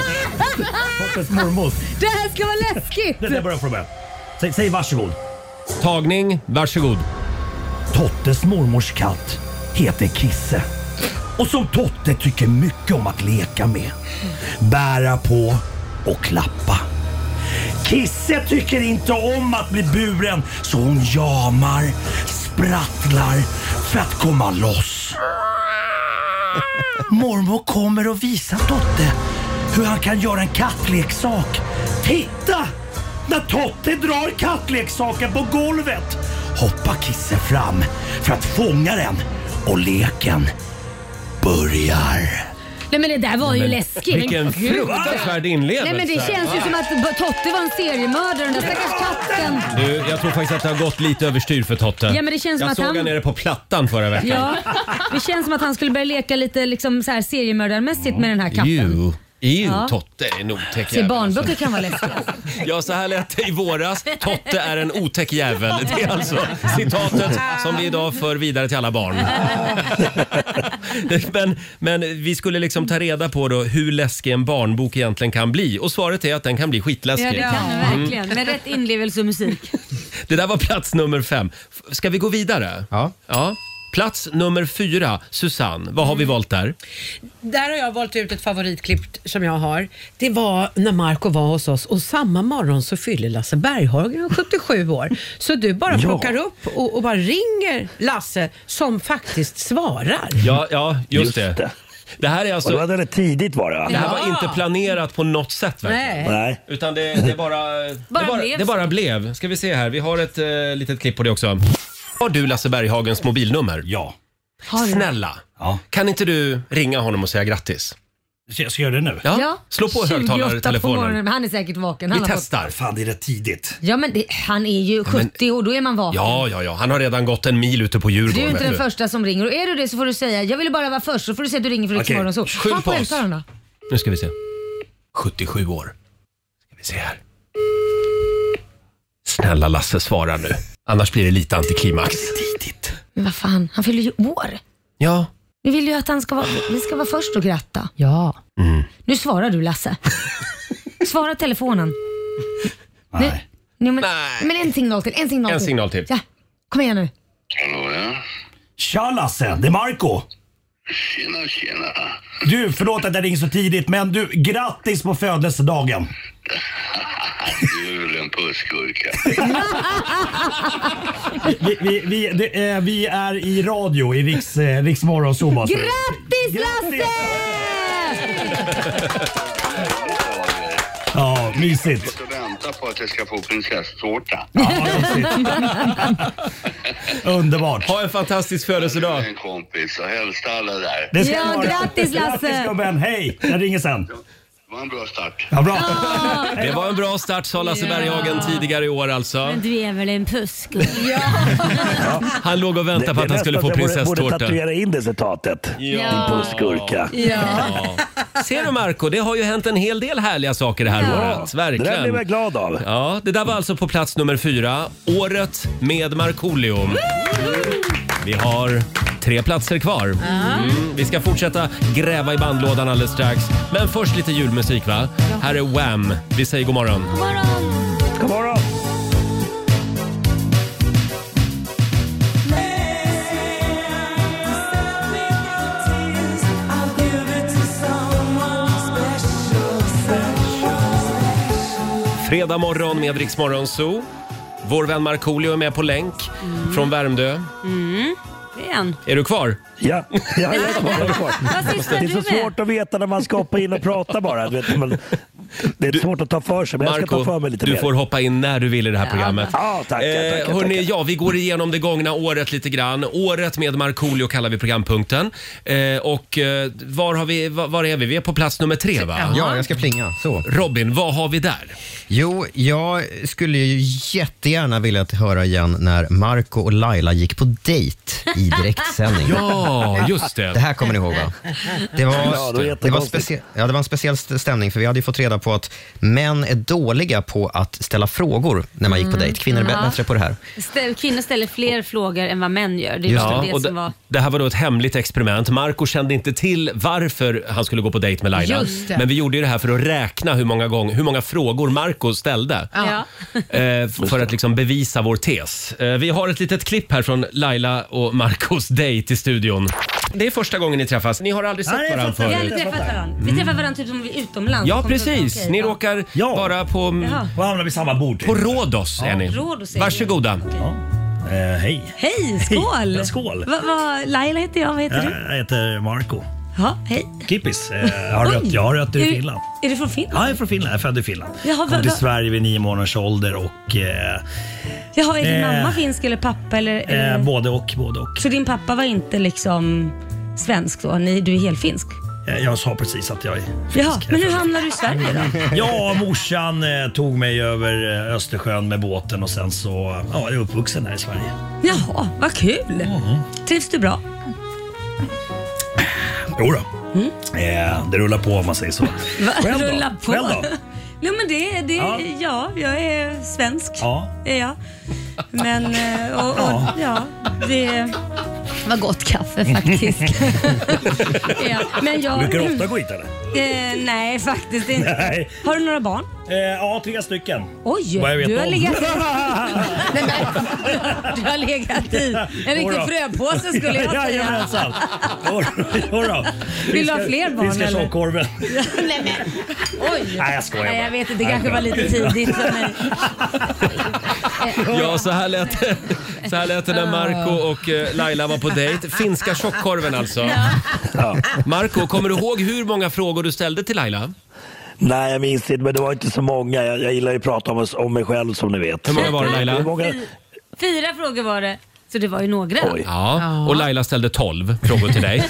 Tottes mormors. [laughs] Det här ska vara läskigt. Det där börjar från början. Säg, säg varsågod. Tagning, varsågod. Tottes mormors katt heter Kisse. Och som Totte tycker mycket om att leka med. Bära på och klappa. Kisse tycker inte om att bli buren så hon jamar, sprattlar för att komma loss. Mormor kommer och visar Totte hur han kan göra en kattleksak. Titta! När Totte drar kattleksaken på golvet hoppar Kisse fram för att fånga den och leken börjar. Nej men det där var ju läskigt. Vilken Men gud. fruktansvärd inlevelse. Nej men det känns ju som att Totte var en seriemördare den där stackars katten. Du, jag tror faktiskt att det har gått lite överstyr för Totte. Ja, men det känns som jag att såg han- han nere på Plattan förra veckan. Ja, det känns som att han skulle börja leka lite liksom så här seriemördarmässigt med den här katten. Ew. Ew, Ja. Totte är en otäck Se jävel. barnböcker kan vara läskiga. Ja, så här lät det i våras. Totte är en otäck jävel. Det är alltså citatet som vi idag för vidare till alla barn. [laughs] Men, men vi skulle liksom ta reda på då hur läskig en barnbok egentligen kan bli. Och svaret är att den kan bli skitläskig. Ja, det kan du Mm. verkligen. Med rätt inlevelse och musik. Det där var plats nummer fem. F- Ska vi gå vidare? Ja. Plats nummer fyra, Susanne. Vad har vi valt där? Där har jag valt ut ett favoritklipp som jag har. Det var när Marco var hos oss och samma morgon så fyller Lasse Berghagen 77 år. Så du bara Ja. plockar upp och, och bara ringer Lasse som faktiskt svarar. Ja, ja just, det. det. här är alltså... Och det var väldigt tidigt var det va? Det här var Ja. inte planerat på något sätt verkligen. Nej. Nej. Utan det, det bara... det Bara bara, blev det så. bara blev. Ska vi se här, vi har ett eh, litet klipp på det också. Har du Lasse Berghagens mobilnummer? Ja. Har jag. Snälla, kan inte du ringa honom och säga grattis? Jag ska göra det nu? Ja, slå på 28 på morgonen, högtalartelefonen. men Han är säkert vaken. Vi Han har fått... testar. Fan, det är rätt tidigt. Ja men det, han är ju 70 och då är man vaken. Ja, ja, ja. Han har redan gått en mil ute på Djurgården. Du är inte vet den du. första som ringer och är du det så får du säga jag ville bara vara först så får du säga att du ringer för Okej, okay. morgon så. skyll Han på får oss. hälsa honom då. Nu ska vi se. 77 år. Ska vi se här. Snälla Lasse, svara nu. Annars blir det lite antiklimax. Men vad fan, han fyller ju år. Ja. Vi vill ju att han ska vara, vi ska vara först och gratta. Ja. Nu svarar du Lasse. Svara telefonen. Nej. Nu, men, men en signal till, en signal En till. signal till. Ja. Kom igen nu. Tja Lasse, det är Marco. Tjena, tjena. Du, förlåt att jag ringer så tidigt men du, grattis på födelsedagen. Du är väl en pussgurka. [laughs] Vi, vi, vi, det, eh, vi är i radio i Riks, eh, Riks Morgonzoo. Grattis Lasse! Ja, mysigt. Jag väntar på att jag ska få prinsesstårta. Underbart. Ha en fantastisk födelsedag. [laughs] En kompis och hälsa alla där. Det ska ni ha. Grattis gubben, hej! Jag ringer sen. Det var en bra start. Ja, bra. Det var en bra start sa Lasse Ja. Berghagen tidigare i år alltså. Men du är väl en puss gubben? Han låg och väntade på att han skulle få borde prinsesstårta. tatuera in det citatet. Ja. Din pussgurka. Ja. Ser du Marco, det har ju hänt en hel del härliga saker det här Ja. året. Verkligen. Det där blev jag glad av. Ja, det där var alltså på plats nummer fyra. Året med Markoolio. Vi har tre platser kvar. Mm, vi ska fortsätta gräva i bandlådan alldeles strax. Men först lite julmusik va? Här är Wham! Vi säger god morgon. God morgon! Fredag morgon med Rix Morgon Zoo. Vår vän Markoolio är med på länk från Värmdö. Mm, det är han. Är du kvar? Ja, jag är kvar. Vad sysslar Det du är så med? svårt att veta när man ska hoppa in och prata bara. Du vet, man, Det är svårt att ta för sig, men jag ska ta för mig lite du mer. får hoppa in när du vill i det här Ja, programmet. Eh, men- Ja, tackar, tackar, hörni, tackar. ja, vi går igenom det gångna året lite grann. Året med Markoolio kallar vi programpunkten. Eh, och eh, var, har vi, var, var är vi? Vi är på plats nummer tre, va? Ja, jag ska plinga. Så. Robin, vad har vi där? Jo, jag skulle ju jättegärna vilja höra igen när Marco och Laila gick på dejt i direktsändning. [laughs] Ja, just det. Det här kommer ni ihåg va? Det var, Ja, det var det, var jättekonstigt. specie- ja, det var en speciell st- stämning för vi hade ju fått reda på att män är dåliga på att ställa frågor när man gick på Mm. dejt. Kvinnor är bä- Ja. bättre på det här. Ställ, kvinnor ställer fler frågor än vad män gör. Det är just det och som det, var... det här var då ett hemligt experiment. Marco kände inte till varför han skulle gå på dejt med Laila. Just det. Men vi gjorde ju det här för att räkna hur många, gång, hur många frågor Marco ställde. Ja. Eh, för att liksom bevisa vår tes. Eh, vi har ett litet klipp här från Laila och Marcos dejt i studion. Det är första gången ni träffas. Ni har aldrig sett varandra Vi har förut. aldrig träffat varandra. Vi Mm. träffar varandra typ som vi är utomlands. Ja, Kom till- precis. okej, Ni ja. råkar vara på... Jaha. Och hamnar vid samma bord. På Rhodos är ni. Rhodos är vi. Varsågoda. Eh, hej. Hej, skål! Ja, skål. Va, va, Laila heter jag, vad heter Jag du? jag heter Marco. Ja, hej. Kippis. Eh, Jag har Oj. rött, jag har rötter Är i du- Finland. Är du från Finland? Ja, jag är från Finland. Jag är född i Finland. Jaha, Kom vad- till vad- Sverige vid nio månaders ålder och... Eh, Jaha, är din Eh. mamma finsk eller pappa? Eller, eller? eh, både och, både och. Så din pappa var inte liksom svensk då? Ni, du är helt finsk? Eh, Jag sa precis att jag är Jaha, men hur hamnade du i Sverige [laughs] då? Ja, morsan eh, tog mig över eh, Östersjön med båten och sen så... Ja, jag är uppvuxen här i Sverige. Jaha, vad kul! Trivs du bra? Jo då. Eh, det rullar på om man säger [laughs] så. Mm. Va? Själv då? Rulla på. Själv då? [laughs] Jo men det, det ja. Ja. jag är svensk. Ja. Är jag. Men, eh, och, och, ja, det var gott kaffe [laughs] faktiskt. ja, men jag... Brukar du ofta gå hit eller? [laughs] Eh, nej, faktiskt inte. Nej. Har du några barn? Eh, ja, tre stycken. Oj, Vad jag vet du har om. legat [laughs] Nej, men, Du har legat i en riktig Jodå. fröpåse skulle [laughs] jag säga. Jajamensan. Jodå. Vill du ha fler barn, Fiskar eller? tjockkorven. [laughs] Nej, men, oj. Nej, jag skojar Nej, bara. jag vet inte. Det Nej, kanske bra. var lite tidigt för mig. Ja, så här lät det, så här lät det när Marco och eh, Laila var på dejt. Finska tjockkorven alltså. Marco, kommer du ihåg hur många frågor du ställde till Laila? Nej, jag minns inte, men det var inte så många. Jag, jag gillar ju att prata om, om mig själv som ni vet. Hur många var det, Laila? Hur många? Fyra frågor var det, så det var ju några. Ja, och Laila ställde 12 frågor till dig.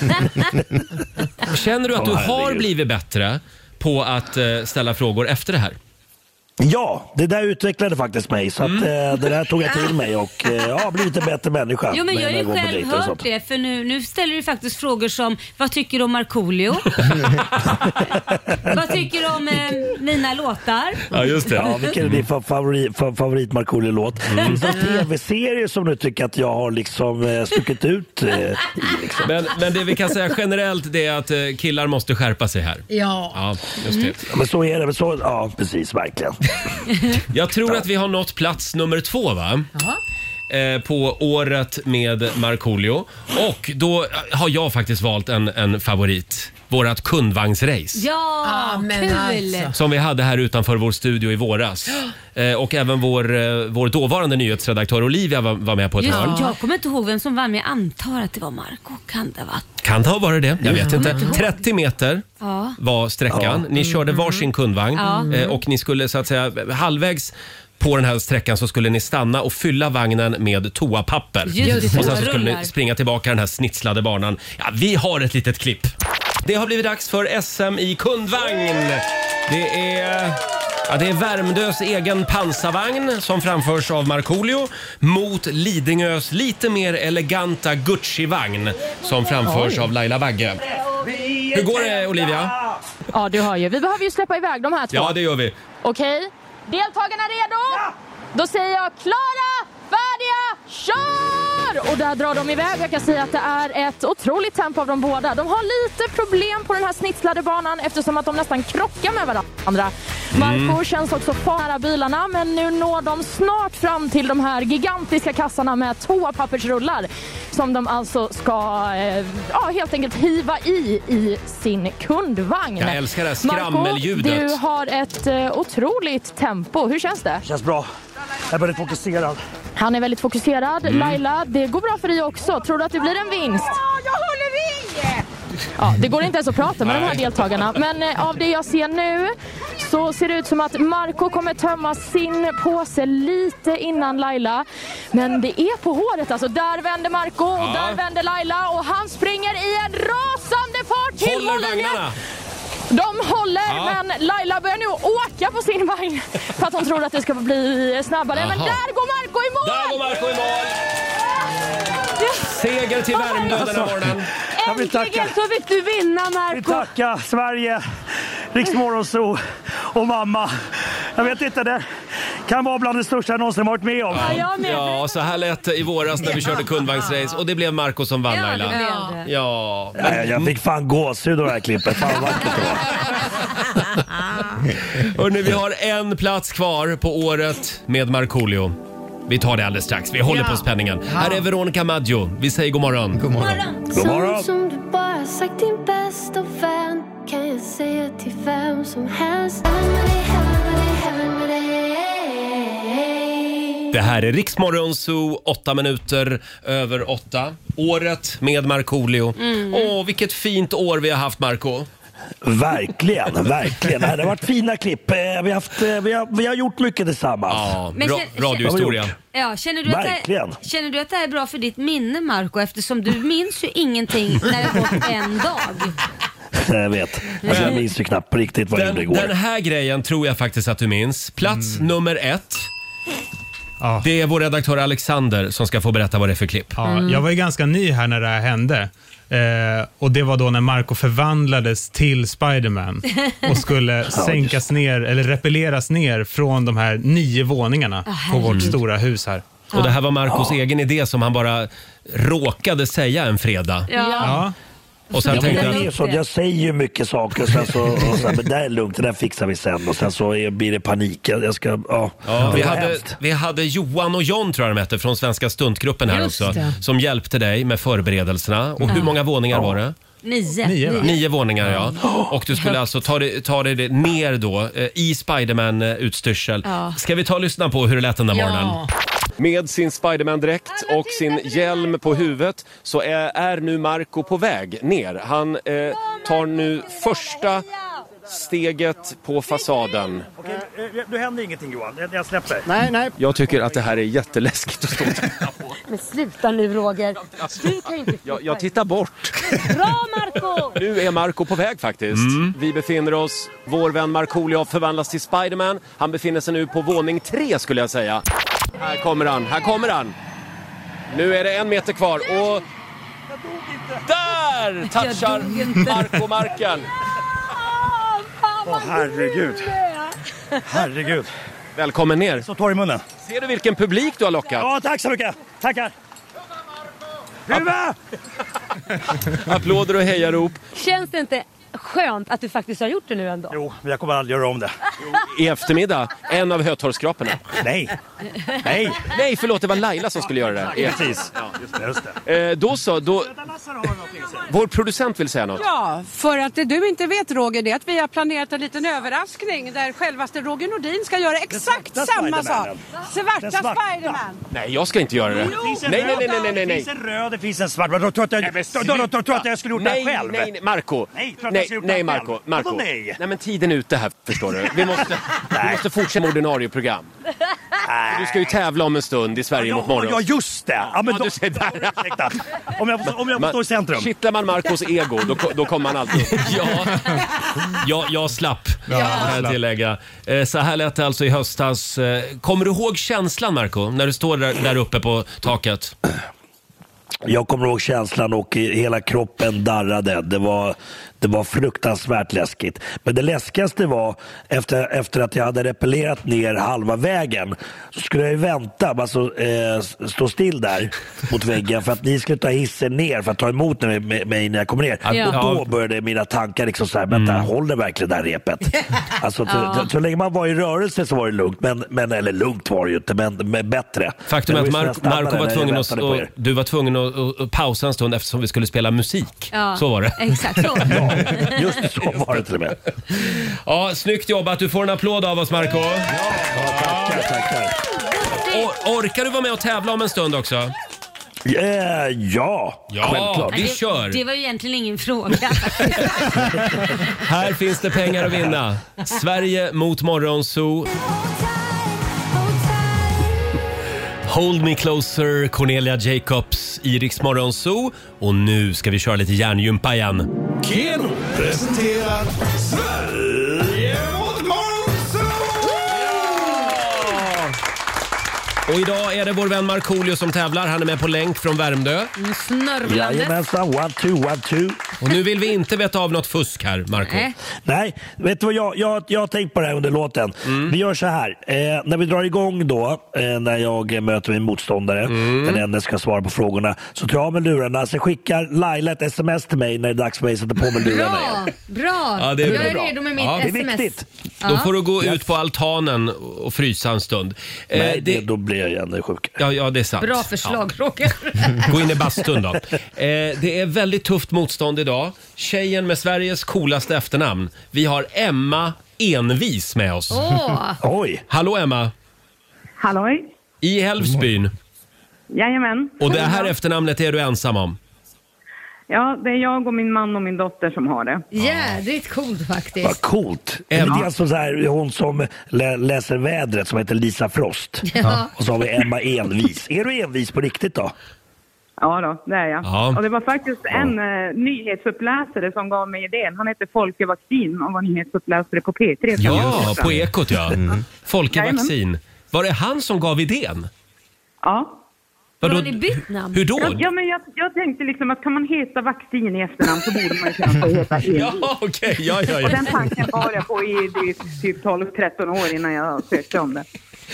Känner du att du Åh, har herregud. blivit bättre på att eh, ställa frågor efter det här? Ja, det där utvecklade faktiskt mig. Så att, Mm. eh, det där tog jag till mig och eh, ja, blivit en bättre människa. Jo men när jag har går på ju själv dejter och sånt. hört det för nu, nu ställer du faktiskt frågor som Vad tycker du [laughs] om Markoolio? [laughs] Vad tycker du om eh, mina låtar? Ja, vilken är din fa- favori, fa- favorit Markoolio-låt? Mm. Finns det någon tv-serie som du tycker att jag har liksom eh, stuckit ut eh, i? Liksom? Men, men det vi kan säga generellt det är att eh, killar måste skärpa sig här. Ja. Ja, just det. Ja, Men så är det. Men så, ja, precis. Verkligen. Jag tror att vi har nått plats nummer två, va? Eh, på året med Markoolio. Och då eh, har jag faktiskt valt en, en favorit. Vårat kundvagnsrace. Ja, kul! Som vi hade här utanför vår studio i våras. Eh, och även vår, eh, vår dåvarande nyhetsredaktör Olivia var, var med på ett Just, hörn. jag kommer inte ihåg vem som vann men jag antar att det var Marco Kan det ha varit? Kan det ha varit det? Jag vet inte. 30 meter Ja. var sträckan. Ni körde varsin kundvagn Ja. eh, och ni skulle så att säga halvvägs på den här sträckan så skulle ni stanna och fylla vagnen med toapapper. Just det, och sen så skulle rullar. ni springa tillbaka den här snitslade banan. Ja, vi har ett litet klipp. Det har blivit dags för SM i kundvagn. Det är... Ja, det är Värmdös egen pansarvagn som framförs av Markoolio mot Lidingös lite mer eleganta Gucci-vagn som framförs Oj. av Laila Bagge. Hur går det Olivia? Ja, du hör ju. Vi behöver ju släppa iväg de här två. Ja, det gör vi. Okej, deltagarna redo? Då säger jag klara, färdiga, kör! Och där drar de iväg. Jag kan säga att det är ett otroligt tempo av dem båda. De har lite problem på den här snitslade banan eftersom att de nästan krockar med varandra. Mm. Marco känns också far nära bilarna men nu når de snart fram till de här gigantiska kassarna med toapappersrullar som de alltså ska eh, ja, helt enkelt hiva i i sin kundvagn. Jag älskar det här skramelljudet. Marco, du har ett eh, otroligt tempo. Hur känns det? känns bra. Jag är väldigt fokuserad. Han är väldigt fokuserad. Mm. Laila, det går bra för dig också. Tror du att det blir en vinst? jag håller i! Ja, det går inte ens att prata med de här Nej. deltagarna. Men eh, av det jag ser nu så ser det ut som att Marco kommer tömma sin påse lite innan Laila. Men det är på håret alltså. Där vänder Marco och Ja. där vänder Laila och han springer i en rasande fart till Håller mållinjen. vagnarna! De håller, Ja. men Laila börjar nu åka på sin vagn för att hon tror att det ska bli snabbare. Men Jaha. där går Marco i mål! Där går Marco i mål! Seger till Värmdö den här morgonen. Jag vill tacka, Alltså, så fick du vinna vill Marco. tacka Sverige, Riksmorgonzoo och mamma. Jag vet inte, det kan vara bland det största jag någonsin varit med om. Ja, så här lät det i våras när vi körde kundvagnsrace och det blev Marco som vann Ja, det Laila. blev det. Ja, Nej, jag fick fan gåshud av det här klippet. Fan, vad... [laughs] Hörrni, vi har en plats kvar på året med Markoolio. Vi tar det alldeles strax. Vi håller Ja. på spänningen. Ja. Här är Veronica Maggio. Vi säger god morgon. God Sånt som du bara sagt din bästa vän kan jag säga till vem som helst. Heaven med dig, heaven med dig, heaven med dig. Det här är Riksmorgon Zoo, åtta minuter över åtta. Året med Markoolio. Mm. Åh, vilket fint år vi har haft, Marco. Verkligen, verkligen. Det har varit fina klipp. Eh, Vi har, haft, eh, vi har, vi har gjort mycket tillsammans. Men ra- kän- radiohistoria. Ja, känner, du att det Verkligen. här, känner du att det här är bra för ditt minne Marco eftersom du minns ju ingenting när det gått en dag? Nej, Jag vet. Alltså, jag minns ju knappt på riktigt vad jag gjorde igår. Den här grejen tror jag faktiskt att du minns. Plats Mm. nummer ett. Det är vår redaktör Alexander som ska få berätta vad det är för klipp. Ja, Jag var ju ganska ny här när det här hände. Eh, och Det var då när Marco förvandlades till Spiderman [laughs] och [laughs] skulle sänkas ner, eller repelleras ner från de här nio våningarna Ah, på vårt herregud. stora hus här. Och det här var Marcos egen idé som han bara råkade säga en fredag. Ja. Ja. Och sen ja, men tänkte det är han... ju så, jag säger ju mycket saker och sen så, och sen, men det här är lugnt, det där fixar vi sen och sen så är, blir det panik. Jag jag ska, ja. Ja, Det vi, var hade, hemskt. vi hade Johan och John tror jag de hette från Svenska stuntgruppen här Just också. det. Som hjälpte dig med förberedelserna. Och hur Ja. många våningar var det? Nio. Nio våningar [gasps] ja. Och du skulle Högt. alltså ta dig, ta dig ner då eh, i Spiderman-utstyrsel. Ja. Ska vi ta och lyssna på hur det lät den där Ja. morgonen? Med sin Spiderman-dräkt och sin hjälm på huvudet så är, är nu Marco på väg ner. Han eh, tar nu första steget på fasaden. Okej, eh, nu händer ingenting Johan, Jag- jag släpper. Jag tycker att det här är jätteläskigt att stå Men sluta nu Roger. Du kan ju inte jag, jag tittar bort. Bra Marco! Nu är Marco på väg faktiskt. Vi befinner oss, vår vän Markoolio har förvandlats till Spiderman. Han befinner sig nu på våning tre skulle jag säga. Här kommer han, här kommer han! Nu är det en meter kvar och där touchar Marco marken. Åh herregud. Herregud. Välkommen ner. Så torr i munnen. Ser du vilken publik du har lockat? Ja, tack så mycket. Tackar. Hurra! [laughs] Applåder och hejarop. Känns det inte skönt att du faktiskt har gjort det nu ändå? Jo. Jag kommer aldrig göra om det. I eftermiddag, en av Hötorgsskraporna. Nej. Nej. Nej, förlåt, det var Laila som skulle göra det. här. Precis. Ja, just det. Just det. Eh, då så, då... Vår producent vill säga något. Ja, för att det du inte vet Roger, det är att vi har planerat en liten överraskning där självaste Roger Nordin ska göra exakt svarta samma sak. Spidermanen. Svarta, Den svarta. Spiderman. Nej, jag ska inte göra det. Det finns en Nej, nej, röd nej, där, nej, nej, Det nej. finns en röd, det finns en svart. Vadå, tror du att jag, då, då, då, tror du att jag skulle gjort nej, det här själv? Nej, nej, Marco. Nej, klart jag nej, skulle gjort det nej, här Marco. själv. Marco. Vadå nej? men tiden är ute här, förstår du. Vi måste, vi måste fortsätta med ordinarie program. Du ska ju tävla om en stund i Sverige mot morgon. Ja, just det. Ja, men då, du ser där. ursäkta. Om jag, får- om jag får stå i centrum. Kittlar man Marcos ego, då, ko- då kommer han alltid upp. Ja, jag, jag slapp, Ja. kan jag tillägga. Eh, Så här lät det alltså i höstas. Eh, Kommer du ihåg känslan, Marco, när du står där, där uppe på taket? Jag kommer ihåg känslan och i- hela kroppen darrade. Det var, det var fruktansvärt läskigt. Men det läskigaste var efter, efter att jag hade repellerat ner halva vägen så skulle jag ju vänta, alltså eh, s- stå still där mot väggen för att ni skulle ta hissen ner för att ta emot mig- mig mig när jag kommer ner. Ja. Mm. Och då började mina tankar liksom så här, vänta, håller verkligen det här repet? Alltså, så, Ja. så, så länge man var i rörelse så var det lugnt, men, men eller lugnt var det ju inte, men, men bättre. Faktum är Det var att ju så jag stannade Mar- Marco var när jag tvungen att, väntade på er. och, du var tvungen att, att, att pausa en stund eftersom vi skulle spela musik. Ja, Så var det. [laughs] Exakt så. Just så var det till och med. Ja, snyggt jobbat. Du får en applåd av oss, Marco. Tackar, tackar. Or- orkar du vara med och tävla om en stund också? Eh, ja, självklart. det, Det var ju egentligen [laughs] ingen fråga. Här finns det pengar att vinna. Sverige mot Morgonzoo. Hold me closer, Cornelia Jacobs i Rix Morgonzoo. Och nu ska vi köra lite hjärngympa igen. Keno presenterar Sverige mot Och idag är det vår vän Markoolio som tävlar. Han är med på länk från Värmdö. Snörvlandet. Jajamensan, one two, one two. Och nu vill vi inte veta av något fusk här, Marco. Nej. vet du vad jag, jag, jag har tänkt på det här under låten. Vi gör så här. Eh, när vi drar igång då, eh, när jag eh, möter min motståndare, den enda ska svara på frågorna, så tar jag av mig lurarna. Sen skickar Laila ett sms till mig när det är dags för mig att sätta på mig lurarna igen. Bra, bra. Ja, det är jag är bra. redo med mitt Ja. Det är sms. viktigt. Ja. Då får du gå ut på altanen och frysa en stund. Eh, Nej, det... då blir jag igen sjuk. Ja, ja, det är sant. Bra förslag Roger. Ja. Gå in i bastun då. Eh, det är väldigt tufft motstånd idag. Tjejen med Sveriges coolaste efternamn. Vi har Emma Envis med oss. Åh. Oj! Hallå Emma! Halloj! I Hälsbyn. Jajamän. Och det här efternamnet är du ensam om. Ja, det är jag och min man och min dotter som har det. Jädrigt coolt faktiskt. Vad coolt! Emma. Det är alltså så här, hon som lä- läser vädret som heter Lisa Frost. Ja. Och så har vi Emma Envis. Är du envis på riktigt då? Ja då, det är jag. Ja. Och det var faktiskt en eh, nyhetsuppläsare som gav mig idén. Han heter Folke Vaccin och var nyhetsuppläsare på P3. för några år Ja, sedan. på Ekot ja. Folke Jajamän. Vaccin. Var det han som gav idén? Ja. Vadå? bytt namn? Hur då? Ja, men jag, jag tänkte liksom att kan man heta vaccin i efternamn så borde man ju kunna få [laughs] heta Envis. Ja, okej. Ja, ja, Och ja. den tanken var jag på i typ- typ 12-13 år innan jag sökte om det.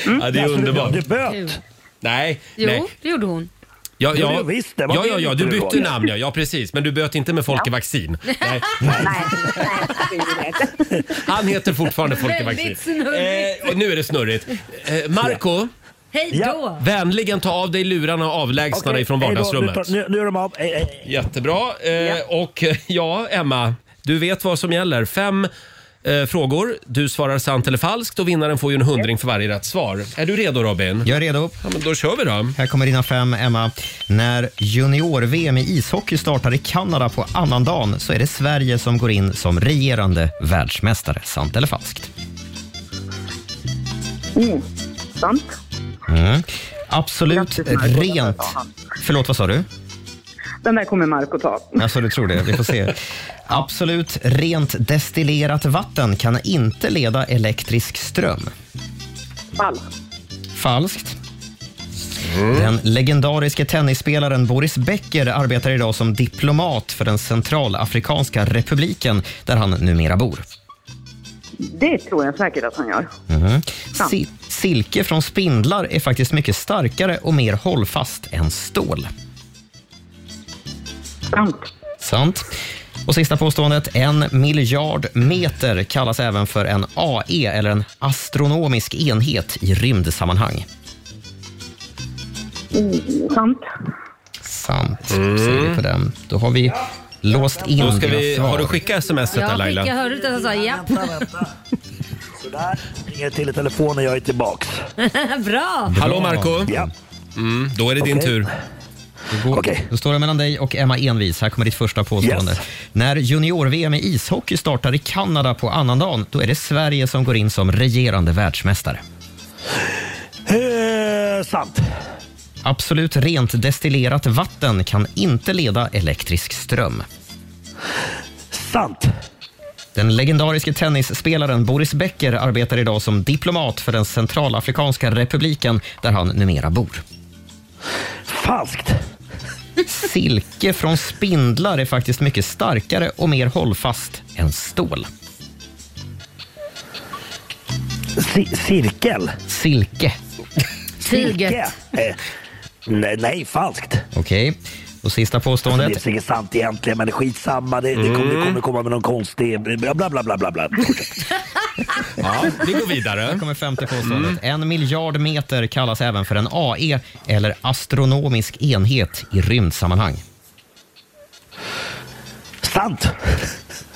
ja det är Alltså, du- underbart. du böt? Nej, nej. Jo, det gjorde hon. Ja, Jo, ja. jo, visst, det var ja, det ja, ja, inte du det bytte var. namn ja. ja, precis. Men du böt inte med Folke Vaccin. Nej. [laughs] Han heter fortfarande Folke Vaccin. Väldigt snurrigt. Och nu är det snurrigt. Eh, Marco, Hej då! vänligen ta av dig lurarna och avlägsna Okej, dig från hej då. vardagsrummet. Nu tar- Nu, nu är de av. Eh, Hej, hej. Jättebra. Eh, Och eh, ja, Emma, du vet vad som gäller. Fem eh, frågor. Du svarar sant eller falskt och vinnaren får ju en hundring för varje rätt svar. Är du redo Robin? Jag är redo. Ja, men då kör vi då. Här kommer dina fem, Emma. När junior-VM i ishockey startar i Kanada på annandagen så är det Sverige som går in som regerande världsmästare. Sant eller falskt? Mm. Sant. Mm. Absolut rent... Förlåt, vad sa du? Den där kommer Marco ta. Alltså, du tror det? Vi får se. Absolut rent destillerat vatten kan inte leda elektrisk ström. Falskt. Falskt. Den legendariske tennisspelaren Boris Becker arbetar idag som diplomat för den centralafrikanska republiken där han numera bor. Det tror jag säkert att han gör. Mhm. Si- silke från spindlar är faktiskt mycket starkare och mer hållfast än stål. Sant. Sant. Och sista påståendet. En miljard meter kallas även för en AE eller en astronomisk enhet i rymdsammanhang. Mm. Sant. Sant. Säger vi på den. Då har vi låst in Mm. Då ska dina vi, svar. har du skickat sms där Jag Laila? skickade, hörde du att han sa ja? Ringer till i telefon när jag är tillbaks. [laughs] Bra! Hallå Marco Ja. Mm, då är det din Okej. tur. Då, då står det mellan dig och Emma Envis. Här kommer ditt första påstående. När junior-VM i ishockey startar i Kanada på annandagen, då är det Sverige som går in som regerande världsmästare. Eh, sant. Absolut rent destillerat vatten kan inte leda elektrisk ström. Sant. Den legendariske tennisspelaren Boris Becker arbetar idag som diplomat för den centralafrikanska republiken där han numera bor. Falskt. Silke från spindlar är faktiskt mycket starkare och mer hållfast än stål. Ci- cirkel. Silke. Tiget. Eh, nej, nej, falskt. Okej. Och sista Alltså, påståendet. Mm. det är säkert sant egentligen, men det är skitsamma. Det, det, kommer, det kommer komma med någon konstig... Bla, bla, bla, bla, bla. Ja, vi går vidare. Mm. Här kommer femte påståendet. En miljard meter kallas även för en AE eller astronomisk enhet i rymdsammanhang. Sant.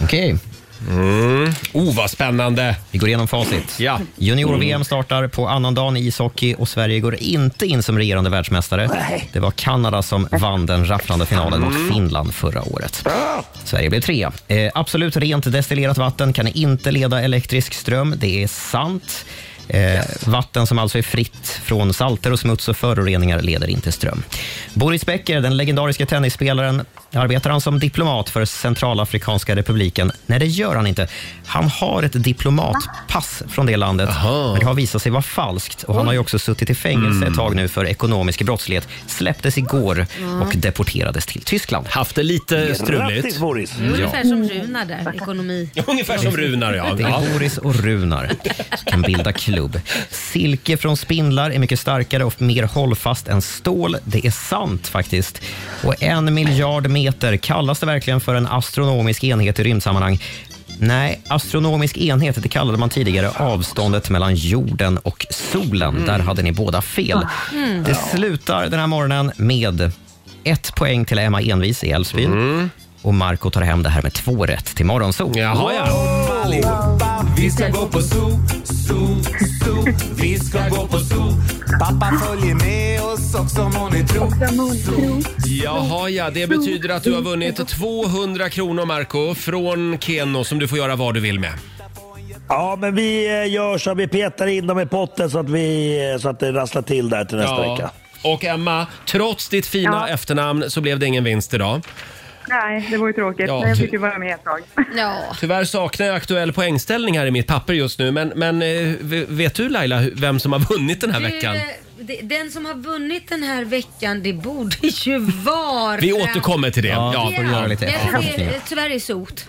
Okej. Mm. Oh, vad spännande! Vi går igenom facit. Ja. Mm. Junior-VM startar på annandagen i ishockey och Sverige går inte in som regerande världsmästare. Det var Kanada som vann den rafflande finalen mot Mm. Finland förra året. Sverige blev trea. Eh, absolut rent destillerat vatten kan inte leda elektrisk ström. Det är sant. Eh, Vatten som alltså är fritt från salter och smuts och föroreningar leder inte ström. Boris Becker, den legendariska tennisspelaren, arbetar han som diplomat för Centralafrikanska republiken? Nej, det gör han inte. Han har ett diplomatpass från det landet, men det har visat sig vara falskt. Och han har ju också suttit i fängelse Mm. ett tag nu för ekonomisk brottslighet. Släpptes igår Ja. och deporterades till Tyskland. Mm. Haft det lite struligt. Grattis, Boris. Det är Ungefär som Runar där, ekonomi. [laughs] Ungefär som Runar, ja. Det är Boris och Runar som kan bilda klubb. Silke från spindlar är mycket starkare och mer hållfast än stål. Det är sant faktiskt. Och en miljard meter, kallas det verkligen för en astronomisk enhet i rymdsammanhang? Nej, astronomisk enhet, det kallade man tidigare avståndet mellan jorden och solen. Där Mm. hade ni båda fel. Mm. Det slutar den här morgonen med ett poäng till Emma Envis i Älvsbyn. Mm. Och Marco tar hem det här med två rätt till Morgonzoo. Jaha, ja. Allihopa, vi ska gå på zoo, zoo, zoo. Vi ska gå på zoo. Pappa följer med oss också må ni tro. Zoo. Jaha, ja. Det betyder att du har vunnit 200 kronor, Marco, från Keno som du får göra vad du vill med. Ja, men vi eh, gör så. Vi petar in dem i potten så att, vi, eh, så att det rasslar till där till nästa Ja. vecka. Och Emma, trots ditt fina Ja. efternamn så blev det ingen vinst idag. Nej, det var ju tråkigt. Ja, men jag ty- fick ju vara med ett tag. Ja. Tyvärr saknar jag aktuell poängställning här i mitt papper just nu, men, men eh, v- vet du Laila hu- vem som har vunnit den här Du, veckan? eh, det- Den som har vunnit den här veckan, det borde [laughs] ju vara... Vi återkommer till det. Ja, Ja. får göra lite Jag tror det är, efterforskningar. tyvärr är sot.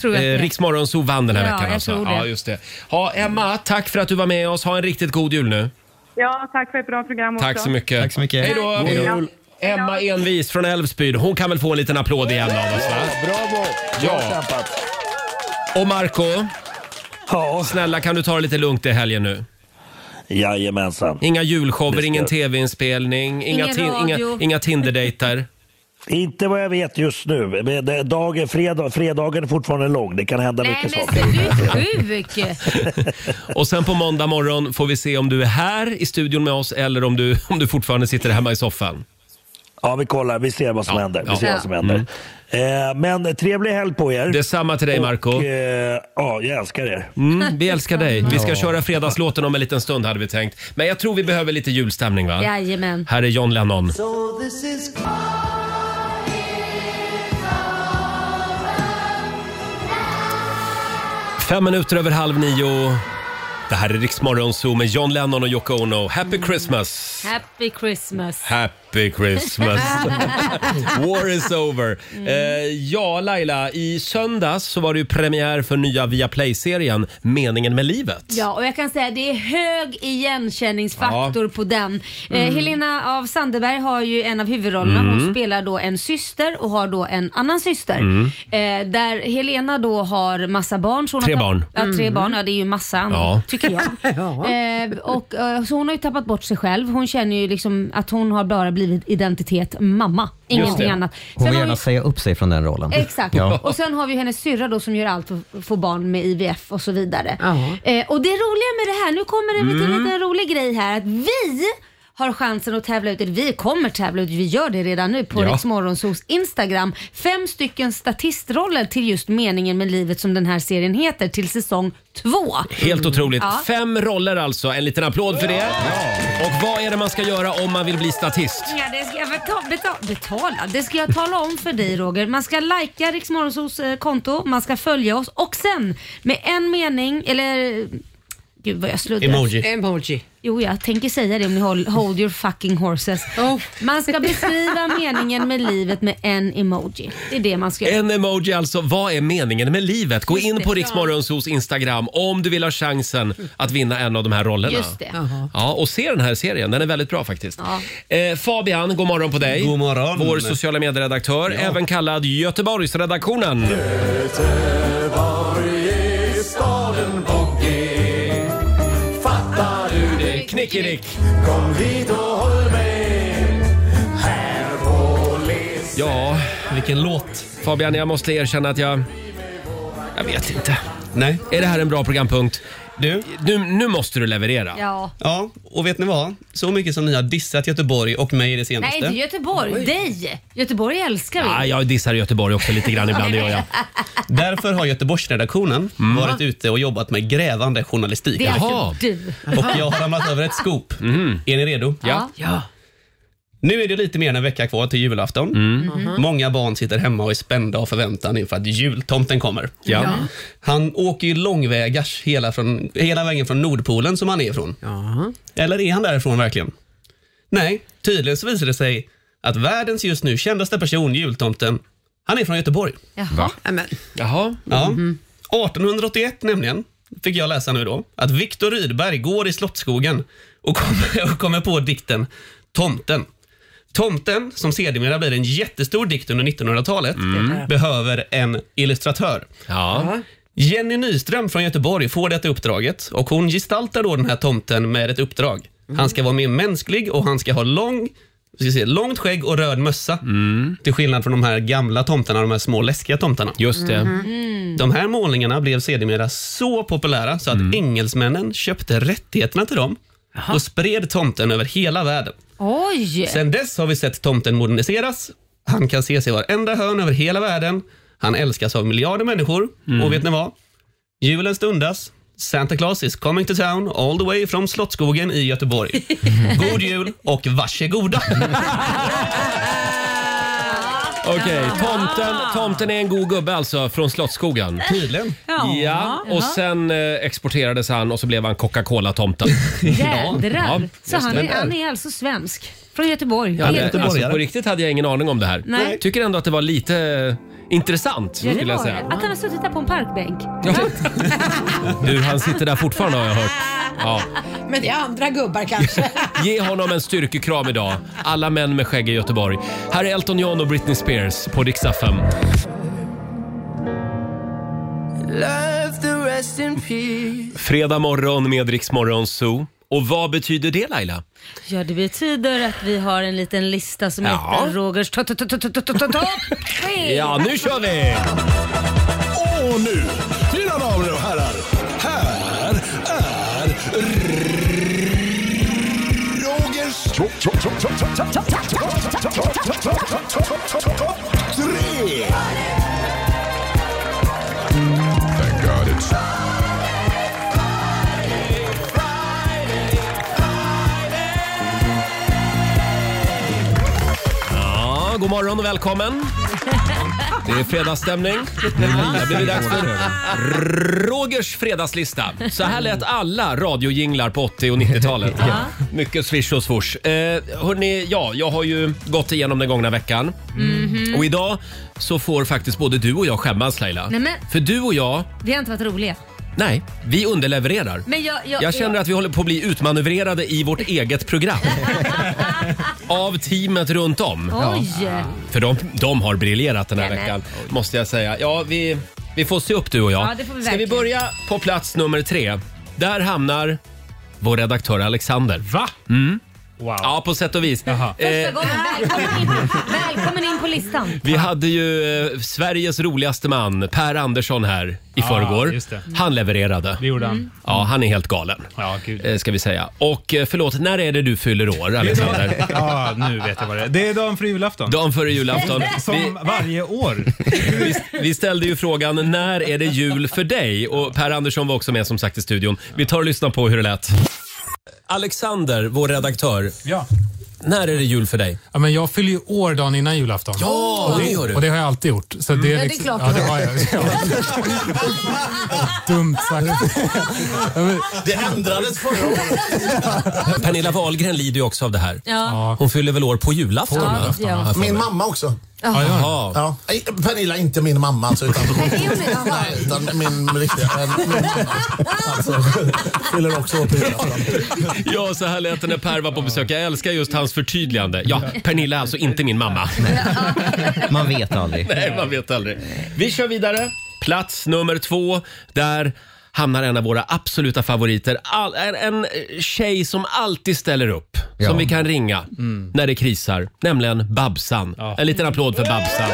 Tror jag att det Eh, är. Riksmorgonzoo vann den här Ja, veckan jag alltså. tror det. Ja, just det. Ja, Emma, tack för att du var med oss. Ha en riktigt god jul nu. [laughs] Ja, tack för ett bra program också. Tack så mycket. Tack så mycket. Hej då. God jul. Emma Envis från Älvsbyn. Hon kan väl få en liten applåd igen av oss va? Bravo! Bra Ja. kämpat. Och Marco, snälla kan du ta det lite lugnt i helgen nu? Jajamensan. Inga julshower, Det ska- ingen tv-inspelning, inga, Ingen tin- inga, radio. inga Tinder-dejter. Inte vad jag vet just nu. Men det- Dagen, fredag, fredagen är fortfarande lång. Det kan hända mycket saker. Sjuk! Och sen på måndag morgon får vi se om du är här i studion med oss eller om du, om du fortfarande sitter hemma i soffan. Ja, vi kollar. Vi ser vad som händer. Vi ja. Mm. ser vad som händer. Eh, men trevlig helg på er. Detsamma till dig, Marco. Och, eh, ja, jag älskar er. Mm, vi älskar dig. Vi ska Ja. köra fredagslåten om en liten stund hade vi tänkt. Men jag tror vi behöver lite julstämning va? Jajamän. Här är John Lennon. So this is... Fem minuter över halv nio. Det här är Riksmorgon Zoo med John Lennon och Yoko Ono. Happy Christmas! Happy Christmas. Happy [laughs] Christmas! War is over. Mm. Eh, ja, Laila, i söndags så var det ju premiär för nya Viaplay-serien Meningen med livet. Ja, och jag kan säga det är hög igenkänningsfaktor på den. Eh, Mm. Helena av Sandeberg har ju en av huvudrollerna. Hon Mm. spelar då en syster och har då en annan syster. Mm. Eh, där Helena då har massa barn. Så hon Tre har tapp- barn. Ja, tre Mm. barn. Ja, det är ju massa, Ja. tycker jag. [laughs] eh, och, eh, så hon har ju tappat bort sig själv. Hon känner ju liksom att hon har bara blivit identitet mamma. Ingenting annat. Hon Sen vill har gärna ju- säga upp sig från den rollen. Exakt. Ja. Och sen har vi ju hennes syrra då som gör allt för att få barn med IVF och så vidare. Eh, och det roliga med det här, nu kommer det till en Mm. liten rolig grej här, att vi har chansen att tävla ut, eller vi kommer tävla ut, vi gör det redan nu på Ja. Rix Morgonzoos Instagram, fem stycken statistroller till just meningen med livet som den här serien heter till säsong två. Helt otroligt. Ja. Fem roller alltså. En liten applåd för det. Och vad är det man ska göra om man vill bli statist? Ja, det ska jag beta- beta- betala. Det ska jag tala om för dig Roger. Man ska lajka Riksmorgonsos konto, man ska följa oss och sen med en mening, eller gud vad jag sluddrar. Emoji. Jo, jag tänker säga det om ni håll, hold your fucking horses. Man ska beskriva meningen med livet med en emoji. Det är det man ska göra. En emoji alltså. Vad är meningen med livet? Gå in det. på Riksmorgonsos Instagram om du vill ha chansen att vinna en av de här rollerna. Just det. Ja, och se den här serien. Den är väldigt bra faktiskt. Eh, Fabian, god morgon på dig. God morgon. Vår sociala medieredaktör, även kallad Göteborgsredaktionen. Göteborg är staden Bogge Fattar du det? Knickedick! Kom hit och håll med här på Leseberg Ja, vilken låt. Fabian, jag måste erkänna att jag, Jag vet inte. Nej. Är det här en bra programpunkt? Du? Nu, nu måste du leverera. Ja. Ja, och vet ni vad? Så mycket som ni har dissat Göteborg och mig i det Nej, senaste. inte Göteborg. Dig! Göteborg älskar [laughs] vi. Ja, Ah, jag dissar Göteborg också lite grann ibland, det gör jag. Mm. Därför har Göteborgsredaktionen varit ute och jobbat med grävande journalistik. Det är alltså du. Och jag har ramlat över ett scoop. Är ni redo? Ja. Ja. Nu är det lite mer än en vecka kvar till julafton. Mhm. Många barn sitter hemma och är spända av förväntan inför att jultomten kommer. Ja. Ja. Han åker ju långvägars hela, från, hela vägen från Nordpolen som han är ifrån. Eller är han därifrån verkligen? Nej, tydligen så visar det sig att världens just nu kändaste person, jultomten, han är från Göteborg. Jaha. Jaha. Ja. 1881 nämligen, fick jag läsa nu då, att Viktor Rydberg går i Slottsskogen och kommer, och kommer på dikten Tomten. Tomten, som sedermera blir en jättestor dikt under 1900-talet, Mm. behöver en illustratör. Jenny Nyström från Göteborg får detta uppdraget och hon gestaltar då den här tomten med ett uppdrag. Han ska vara mer mänsklig och han ska ha lång, vi ska se, långt skägg och röd mössa. Mm. Till skillnad från de här gamla tomtarna, de här små läskiga tomtarna. Just det. De här målningarna blev sedermera så populära så att Mm. engelsmännen köpte rättigheterna till dem och spred tomten över hela världen. Oj! Sen dess har vi sett tomten moderniseras. Han kan ses i varenda hörn över hela världen. Han älskas av miljarder människor. Och vet ni vad? Julen stundas. Santa Claus is coming to town all the way from Slottsskogen i Göteborg. God jul och varsågoda! Okej, tomten, tomten är en god gubbe alltså från Slottsskogen. Tydligen. Ja, Ja. och sen eh, exporterades han och så blev han Coca-Cola-tomten. Jädrar. Ja, så just han det. är, han är alltså svensk. Från Göteborg. Ja, Helt det, sjukt. alltså, på riktigt hade jag ingen aning om det här. Nej. Tycker ändå att det var lite eh, intressant. Ja, det skulle jag var det. säga. Att han har suttit där på en parkbänk. Du, han sitter där fortfarande har jag hört. Ja. Men det är andra gubbar kanske. Ge honom en styrkekram idag. Alla män med skägg i Göteborg. Här är Elton John och Britney Spears på Dix FM. Love the rest in peace. Fredag morgon med Rix Morgon Zoo. Och vad betyder det Laila? Ja, det betyder att vi har en liten lista som Ja. heter Rogers to- to- to- to- to- to- topp tre. Ja, nu kör vi! Och nu, mina damer och herrar, här är Rogers... Tre! Thank God it's... Ja, god morgon och välkommen. Det är fredagsstämning. Det har blivit dags för Rogers fredagslista. Så här lät alla radiojinglar på 80 och 90-talet. Ja. Mycket swish och swoosh. Eh, hörni, ja, jag har ju gått igenom den gångna veckan. Mhm. Mm-hmm. Och idag så får faktiskt både du och jag skämmas Laila. Nej, men- För du och jag, Vi har inte varit roliga. nej, vi underlevererar. Men jag, jag, Jag känner att vi håller på att bli utmanövrerade i vårt eget [laughs] program. Av teamet runt om. Oj! För de, de har briljerat den här Nämen. veckan, måste jag säga. Ja, vi, vi får se upp du och jag. Ja, det får vi Ska vi verkligen. börja på plats nummer tre? Där hamnar vår redaktör Alexander. Va? Mm. Wow. Ja, på sätt och vis. Första Eh, gången. Välkommen in, välkommen in på listan. vi hade ju eh, Sveriges roligaste man, Per Andersson, här i Ja, förrgår. Ah, just det. Han levererade. Det gjorde han. Mm. Ja, han är helt galen. eh, Ska vi säga. Och eh, förlåt, när är det du fyller år, Alexander? Ja, nu vet jag vad det är. Det är dagen före julafton. Dagen före julafton. [laughs] Som Vi- varje år. [laughs] Vi ställde ju frågan när är det jul för dig? Och Per Andersson var också med som sagt i studion. Vi tar och lyssnar på hur det lät. Alexander, vår redaktör. Ja. När är det jul för dig? Ja, men jag fyller ju år dagen innan julafton. Ja, och det gör du. Mm. Och det har jag alltid gjort. Så det, Ja, det är liksom- klart ja, du det har. har jag. Ja. Dumt sagt. Ja, men- Det ändrades förra året. Pernilla Wahlgren lider ju också av det här. Ja. Hon fyller väl år på julafton? På va? julafton, Har jag för mig. Min mamma också. Jaha. Jaha. Ja. Nej, Pernilla, inte min mamma alltså, utan, Nej, utan min riktiga eh, min mamma. Alltså, fyller också år på julafton. Ja, så här lät det när Per var på besök. Jag älskar just hans förtydligande. Ja, Pernilla är alltså inte min mamma. Man vet aldrig. [laughs] Nej, man vet aldrig. Vi kör vidare. Plats nummer två. Där hamnar en av våra absoluta favoriter. All, en, en tjej som alltid ställer upp. Ja. Som vi kan ringa när det krisar. Nämligen Babsan. En liten applåd för Babsan.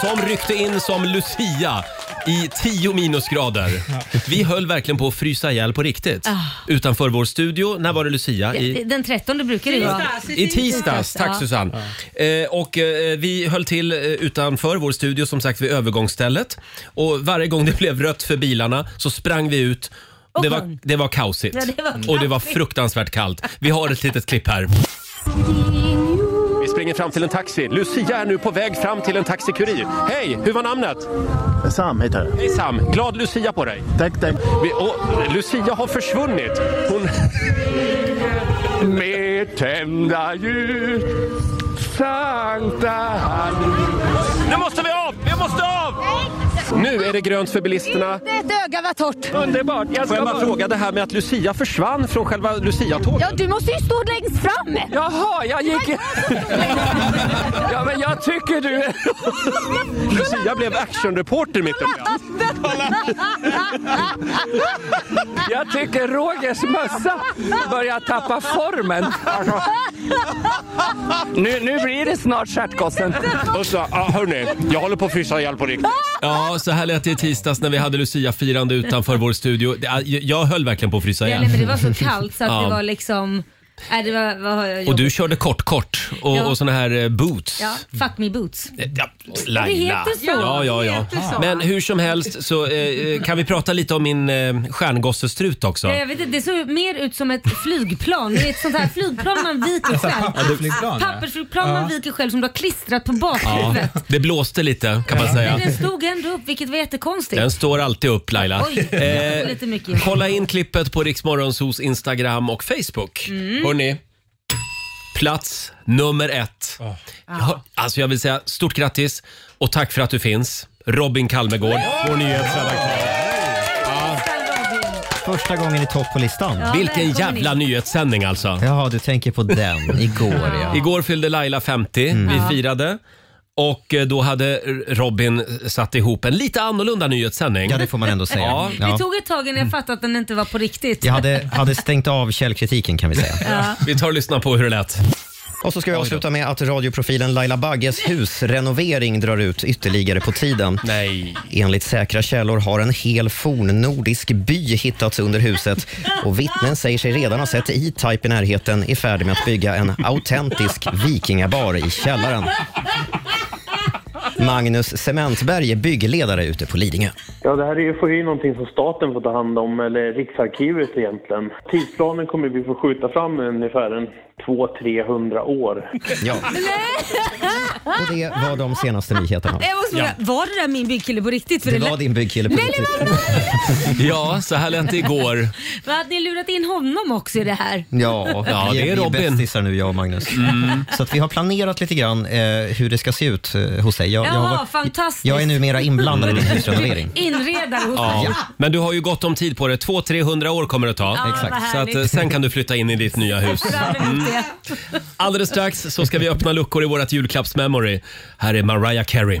Som ryckte in som Lucia i 10 minusgrader. Vi höll verkligen på att frysa ihjäl på riktigt. Ah. Utanför vår studio, när var det Lucia? I, Den 13 brukar det vara. I tisdags, tack Susanne. Eh, och eh, vi höll till eh, utanför vår studio, som sagt vid övergångsstället. Och varje gång det [laughs] blev rött för bilarna så sprang vi ut. Och Det var, sjöng. det var kaosigt. Ja, det var och det var kaosigt. fruktansvärt kallt. Vi har ett litet klipp här. Vi springer fram till en taxi. Lucia är nu på väg fram till en taxikurir. Hej, hur var namnet? Sam heter jag. Hej Sam, glad Lucia på dig. Tack, tack. Vi, och, Lucia har försvunnit. Hon... Med tända ljus, Sankta Nu måste vi av! Vi måste av! Nu är det grönt för bilisterna. Ett öga var torrt. Underbart! jag Får ska jag bara bara- fråga det här med att Lucia försvann från själva Lucia-tåget? Ja, du måste ju stå längst fram. Jaha, jag gick... Ja, men jag tycker du... Lucia blev actionreporter mitt uppe. [laughs] Jag tycker Rogers mössa börjar tappa formen. Nu, nu blir det snart stjärtgossen. Och så, ah, hörni, jag håller på att frysa ihjäl på riktigt. Ja, så här lät det i tisdags när vi hade Lucia-firande utanför vår studio. Det- ah, Jag jag höll verkligen på att frysa Ja, ihjäl. nej, men det var [laughs] så kallt så att Ja. det var liksom... Nej, det var, vad har jag Och jobbat- du körde kort-kort och, Ja. och såna här eh, boots. Ja, fuck me boots. Ja, Laila. Det heter så. Ja, ja, Det ja. heter så. Men hur som helst så eh, eh, kan vi prata lite om min eh, stjärngossestrut också. Ja, jag vet inte, det såg mer ut som ett flygplan. Det är ett sånt här flygplan man viker själv. [laughs] Ja, det- Flygplan, ja. Pappersflygplan man Ja. viker själv som du har klistrat på Ja, bakhuvudet. det blåste lite kan man säga. Men den stod ändå upp vilket var jättekonstigt. Den står alltid upp Laila. Eh, Oj, det var lite mycket. kolla in klippet på Riksmorgonsos Instagram och Facebook. Mm. Hörrni, plats nummer ett. Ah. Jag, alltså jag vill säga stort grattis och tack för att du finns. Robin Kalmegård, vår nyhetsredaktör. Första gången i topp på listan. Ja, Vilken välkommen jävla in. nyhetssändning alltså. Ja, du tänker på den. Igår ja. Igår fyllde Laila 50, Mm. vi firade. Och eh, då hade Robin satt ihop en lite annorlunda nyhetssändning. Ja, det får man ändå säga. Det tog ett tag innan jag fattade att den inte var på riktigt. Jag hade, hade stängt av källkritiken kan vi säga. Ja. Vi tar och lyssnar på hur det lät. Och så ska vi avsluta med att radioprofilen Laila Bagges husrenovering drar ut ytterligare på tiden. Nej. Enligt säkra källor har en hel fornnordisk by hittats under huset och vittnen säger sig redan ha sett E-Type i närheten i färd med att bygga en autentisk vikingabar i källaren. Magnus Cementberg är byggledare ute på Lidingö. Ja, det här är ju, får ju någonting som staten får ta hand om, eller Riksarkivet egentligen. Tidsplanen kommer vi få skjuta fram ungefär en 200-300 år. Ja. Och det var de senaste nyheterna. Jag måste fråga, var det där min byggkille på riktigt? För Det lät- var din byggkille på Nej, riktigt. Ja, så här lät det igår. Vad hade ni lurat in honom också i det här? Ja, Ja, vi, det är vi Robin. Mm. bästisar nu jag och Magnus. Så att vi har planerat lite grann eh, hur det ska se ut eh, hos dig. Jag, jag, har Jaha, varit- fantastiskt. jag är numera inblandad i din husrenovering. Inredare hos Ja, men du har ju gott om tid på det. 200-300 år kommer det ta. Ja, Exakt. vad Så att, eh, härligt. sen kan du flytta in i ditt nya hus. Fram emot det. Alldeles strax så ska vi öppna luckor i vårt julklappsmemory. Här är Mariah Carey.